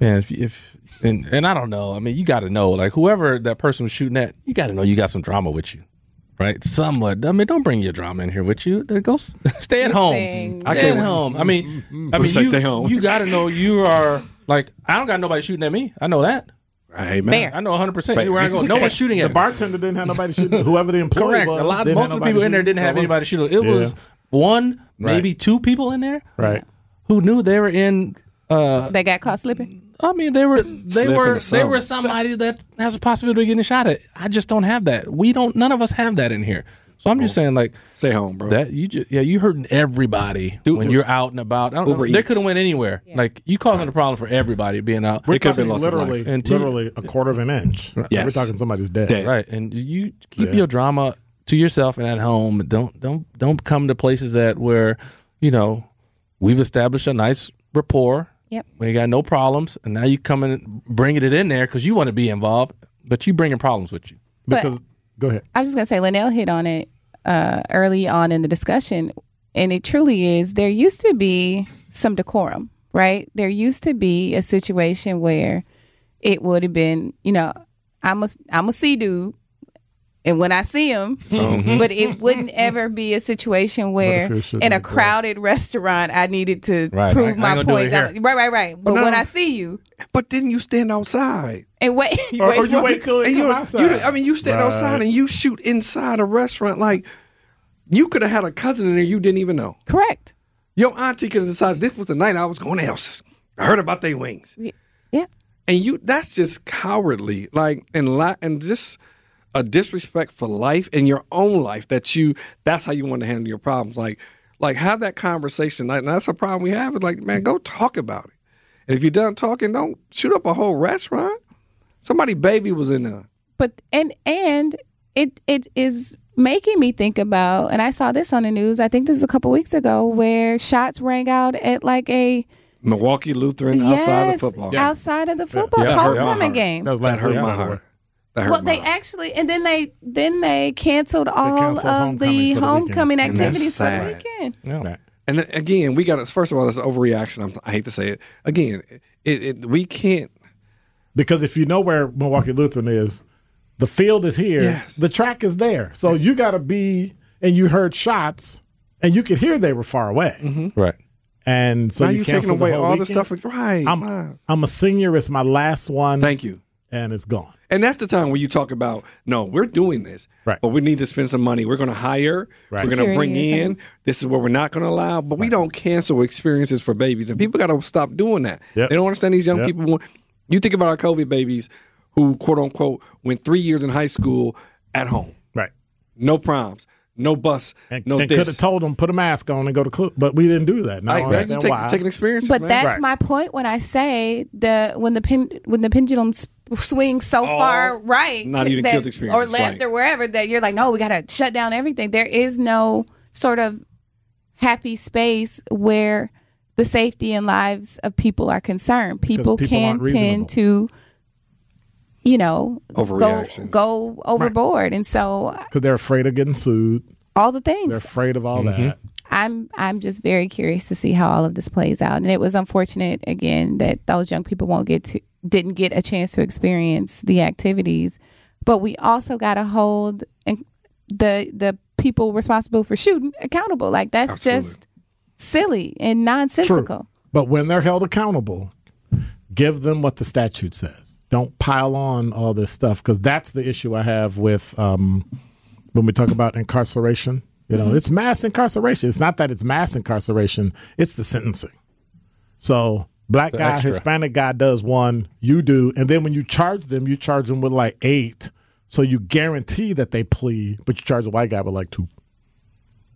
S2: man. If, if and and I don't know. I mean, you got to know like whoever that person was shooting at, you got to know you got some drama with you, right? Somewhat. I mean, don't bring your drama in here with you. Go s- *laughs* stay at
S4: You're
S2: home.
S4: saying-
S2: I
S3: I
S2: stay
S3: can't-
S2: at home. I
S3: Mm,
S2: mean, I mean,
S3: Say
S2: you,
S3: stay home.
S2: you got to know you are like I don't got nobody shooting at me. I know that.
S3: Hey man,
S2: I know 100 percent anywhere I
S1: *laughs*
S2: go. No one's shooting
S1: The
S2: at me.
S1: bartender didn't have nobody shooting. Whoever the employee
S2: Correct.
S1: was,
S2: a lot.
S1: didn't have
S2: Most of the
S1: nobody
S2: people in there
S1: shooting.
S2: didn't have
S1: So
S2: anybody
S1: what's-
S2: shoot. It
S1: Yeah.
S2: was one,
S1: Right.
S2: maybe two people in there
S1: Right.
S2: who knew they were in. Uh,
S4: They got caught slipping.
S2: I mean, they were they
S3: Slipping
S2: were
S3: or
S2: they were
S3: something.
S2: somebody that has a possibility of getting shot at. I just don't have that. We don't. None of us have that in here. So I'm just saying, like
S3: stay home, bro.
S2: that. You just yeah, you hurting everybody when you're out and about. I don't know.
S3: Uber
S2: They
S3: Eats.
S2: could have went anywhere. Like you causing a problem for everybody being out.
S1: We're
S3: It could've
S1: talking
S3: been lost of
S1: literally,
S3: life.
S2: And two-
S1: literally a quarter of an inch. We're
S3: Yes.
S1: talking somebody's dead.
S3: Dead.
S2: right and you keep your drama to yourself and at home don't don't don't come to places that where you know we've established a nice rapport
S4: Yep.
S2: when you got no problems and now you come and bringing it in there because you want to be involved but you bringing problems with you
S1: Because go ahead.
S4: I was just gonna say Linnell hit on it uh, early on in the discussion, and it truly is. There used to be some decorum, right? There used to be a situation where it would have been, you know, I'm a I'm a sea dude, and when I see him,
S1: Mm-hmm.
S2: mm-hmm.
S4: but it wouldn't ever be a situation where
S1: you're sitting
S4: in a
S1: like that?
S4: crowded restaurant I needed to
S2: Right. I- I
S4: prove
S2: ain't
S4: my
S2: gonna do
S4: point.
S2: it here.
S4: That- Right, right, right. But when
S3: no.
S4: I see you
S3: But then you stand outside.
S4: and wait,
S1: Or, or
S4: for
S1: you
S4: me-
S1: wait till it
S3: And you,
S1: comes
S3: don't- you,
S1: outside.
S3: don't- I mean, you stand
S1: Right.
S3: outside and you shoot inside a restaurant. Like, you could have had a cousin in there you didn't even know.
S4: correct.
S3: Your auntie could have decided this was the night I was going to Elsa's. I heard about their wings,
S4: Yeah.
S3: and you—that's just cowardly, like and li- and just a disrespect for life and your own life. That you—that's how you want to handle your problems. Like, like have that conversation. Like, and that's a problem we have. Is like, man, go talk about it. And if you're done talking, don't shoot up a whole restaurant. Somebody baby was in there.
S4: but and and it it is making me think about and I saw this on the news I think this is a couple weeks ago where shots rang out at like a
S3: Milwaukee Lutheran outside
S4: yes,
S3: of football.
S4: outside of the football
S3: That hurt my
S4: homecoming
S3: heart.
S4: game
S1: That was
S3: That
S1: last
S3: hurt
S1: week,
S3: my
S1: by the way.
S3: heart. That hurt
S4: well
S3: my
S4: they
S3: heart.
S4: actually and then they then they canceled all
S1: canceled
S4: of
S1: homecoming
S4: the
S1: for the
S4: homecoming
S1: weekend.
S3: And that's
S4: activities for the
S3: sad.
S4: weekend
S1: Right.
S3: And then, again, we got to, first of all, that's an overreaction. I'm, I hate to say it. Again, it, it we can't.
S1: Because if you know where Milwaukee Lutheran is, the field is here,
S3: Yes.
S1: the track is there. So you got to be, and you heard shots, and you could hear they were far away.
S2: right
S1: And so
S3: Mm-hmm. now
S1: you
S3: you're taking
S1: canceled
S3: away
S1: the whole
S3: all this
S1: weekend.
S3: stuff. Right.
S1: I'm,
S3: wow.
S1: I'm a senior. It's my last one,
S3: Thank you.
S1: and it's gone.
S3: And that's the time where you talk about, no, we're doing this,
S1: Right.
S3: but we need to spend some money. We're going to hire,
S1: Right.
S3: we're going to
S4: Security
S3: bring
S4: or something.
S3: in. This is what we're not going to allow, but we don't cancel experiences for babies. And people got to stop doing that.
S1: Yep.
S3: They don't understand these young
S1: Yep.
S3: people. want- You think about our COVID babies who, quote unquote, went three years in high school at home,
S1: Right.
S3: no proms, no bus,
S1: And,
S3: no
S1: and could have
S3: this.
S1: told them put a mask on and go to club, but we didn't do that. Now I
S3: Right, right? You
S1: understand
S3: take,
S1: why.
S3: take an experience,
S4: but
S3: man.
S4: that's
S1: Right.
S4: my point when I say the when the pen, when the pendulum s- swings so far right
S3: Oh, not even
S4: that-
S3: killed experiences,
S4: or left
S3: right.
S4: or wherever that you're like no we gotta shut down everything there is no sort of happy space where the safety and lives of people are concerned people,
S1: people
S4: can
S1: aren't reasonable.
S4: tend to you know go,
S3: Overreactions.
S4: go overboard and so
S1: Because they're afraid of getting sued.
S4: all the
S1: They're
S4: things
S1: afraid of all
S3: Mm-hmm.
S1: that.
S4: I'm I'm just very curious to see how all of this plays out. And it was unfortunate again that those young people won't get to didn't get a chance to experience the activities. But we also got to hold and the the people responsible for shooting accountable. Like that's just silly and nonsensical.
S1: But when they're held accountable, give them what the statute says. Don't pile on all this stuff because that's the issue I have with um, when we talk about
S3: Mm-hmm.
S1: incarceration. You know, it's mass incarceration. It's not that it's mass incarceration; it's the sentencing. So black guy,
S2: extra.
S1: Hispanic guy does one, you do, and then when you charge them, you charge them with like eight. So you guarantee that they plead, but you charge the white guy with like two.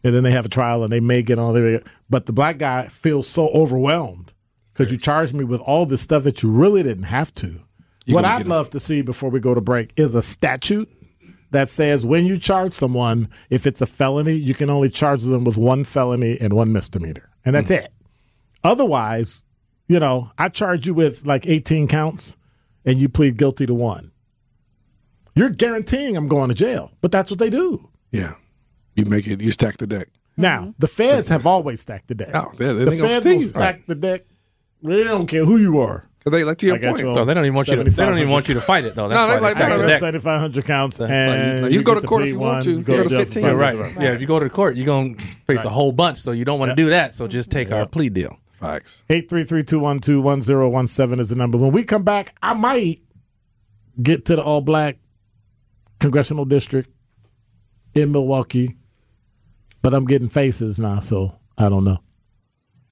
S1: And then they have a trial and they may get on there. But the black guy feels so overwhelmed because you charged me with all this stuff that you really didn't have to. what
S3: gonna
S1: I'd
S3: get a-
S1: love to see before we go to break is a statute that says when you charge someone, if it's a felony, you can only charge them with one felony and one misdemeanor. And that's
S3: Hmm.
S1: it. Otherwise, you know, I charge you with like 18 counts and you plead guilty to one. You're guaranteeing I'm going to jail, but that's what they do.
S3: Yeah. You make it, you stack the deck.
S1: Now, the feds have always stacked the deck.
S3: Hmm. Oh, yeah, they
S1: the
S3: ain't gonna
S1: feds
S3: do
S1: will
S3: you.
S1: stack the deck. They don't care who you are.
S3: 'Cause they, like to your
S1: got
S3: point,
S1: you on
S2: No, they don't even want you. To, they don't even want you to fight it though. That's
S3: No, they
S2: why
S3: like
S2: they stack
S3: that.
S2: the
S3: That's
S2: deck.
S1: seventy five hundred counts, and
S3: like, you go
S1: get
S3: to court if
S1: plead
S3: you want
S1: one,
S3: to.
S1: you go to
S3: You go to
S1: jail for
S3: 15.
S1: five
S3: Yeah,
S2: Right.
S1: years.
S2: Yeah. If you go to the court, you're gonna face a whole bunch. So you don't want to do that. So just take our plea deal.
S3: facts.
S1: 833-212-1017 is the number. When we come back, I might get to the all black congressional district in Milwaukee, but I'm getting faces now, so I don't know.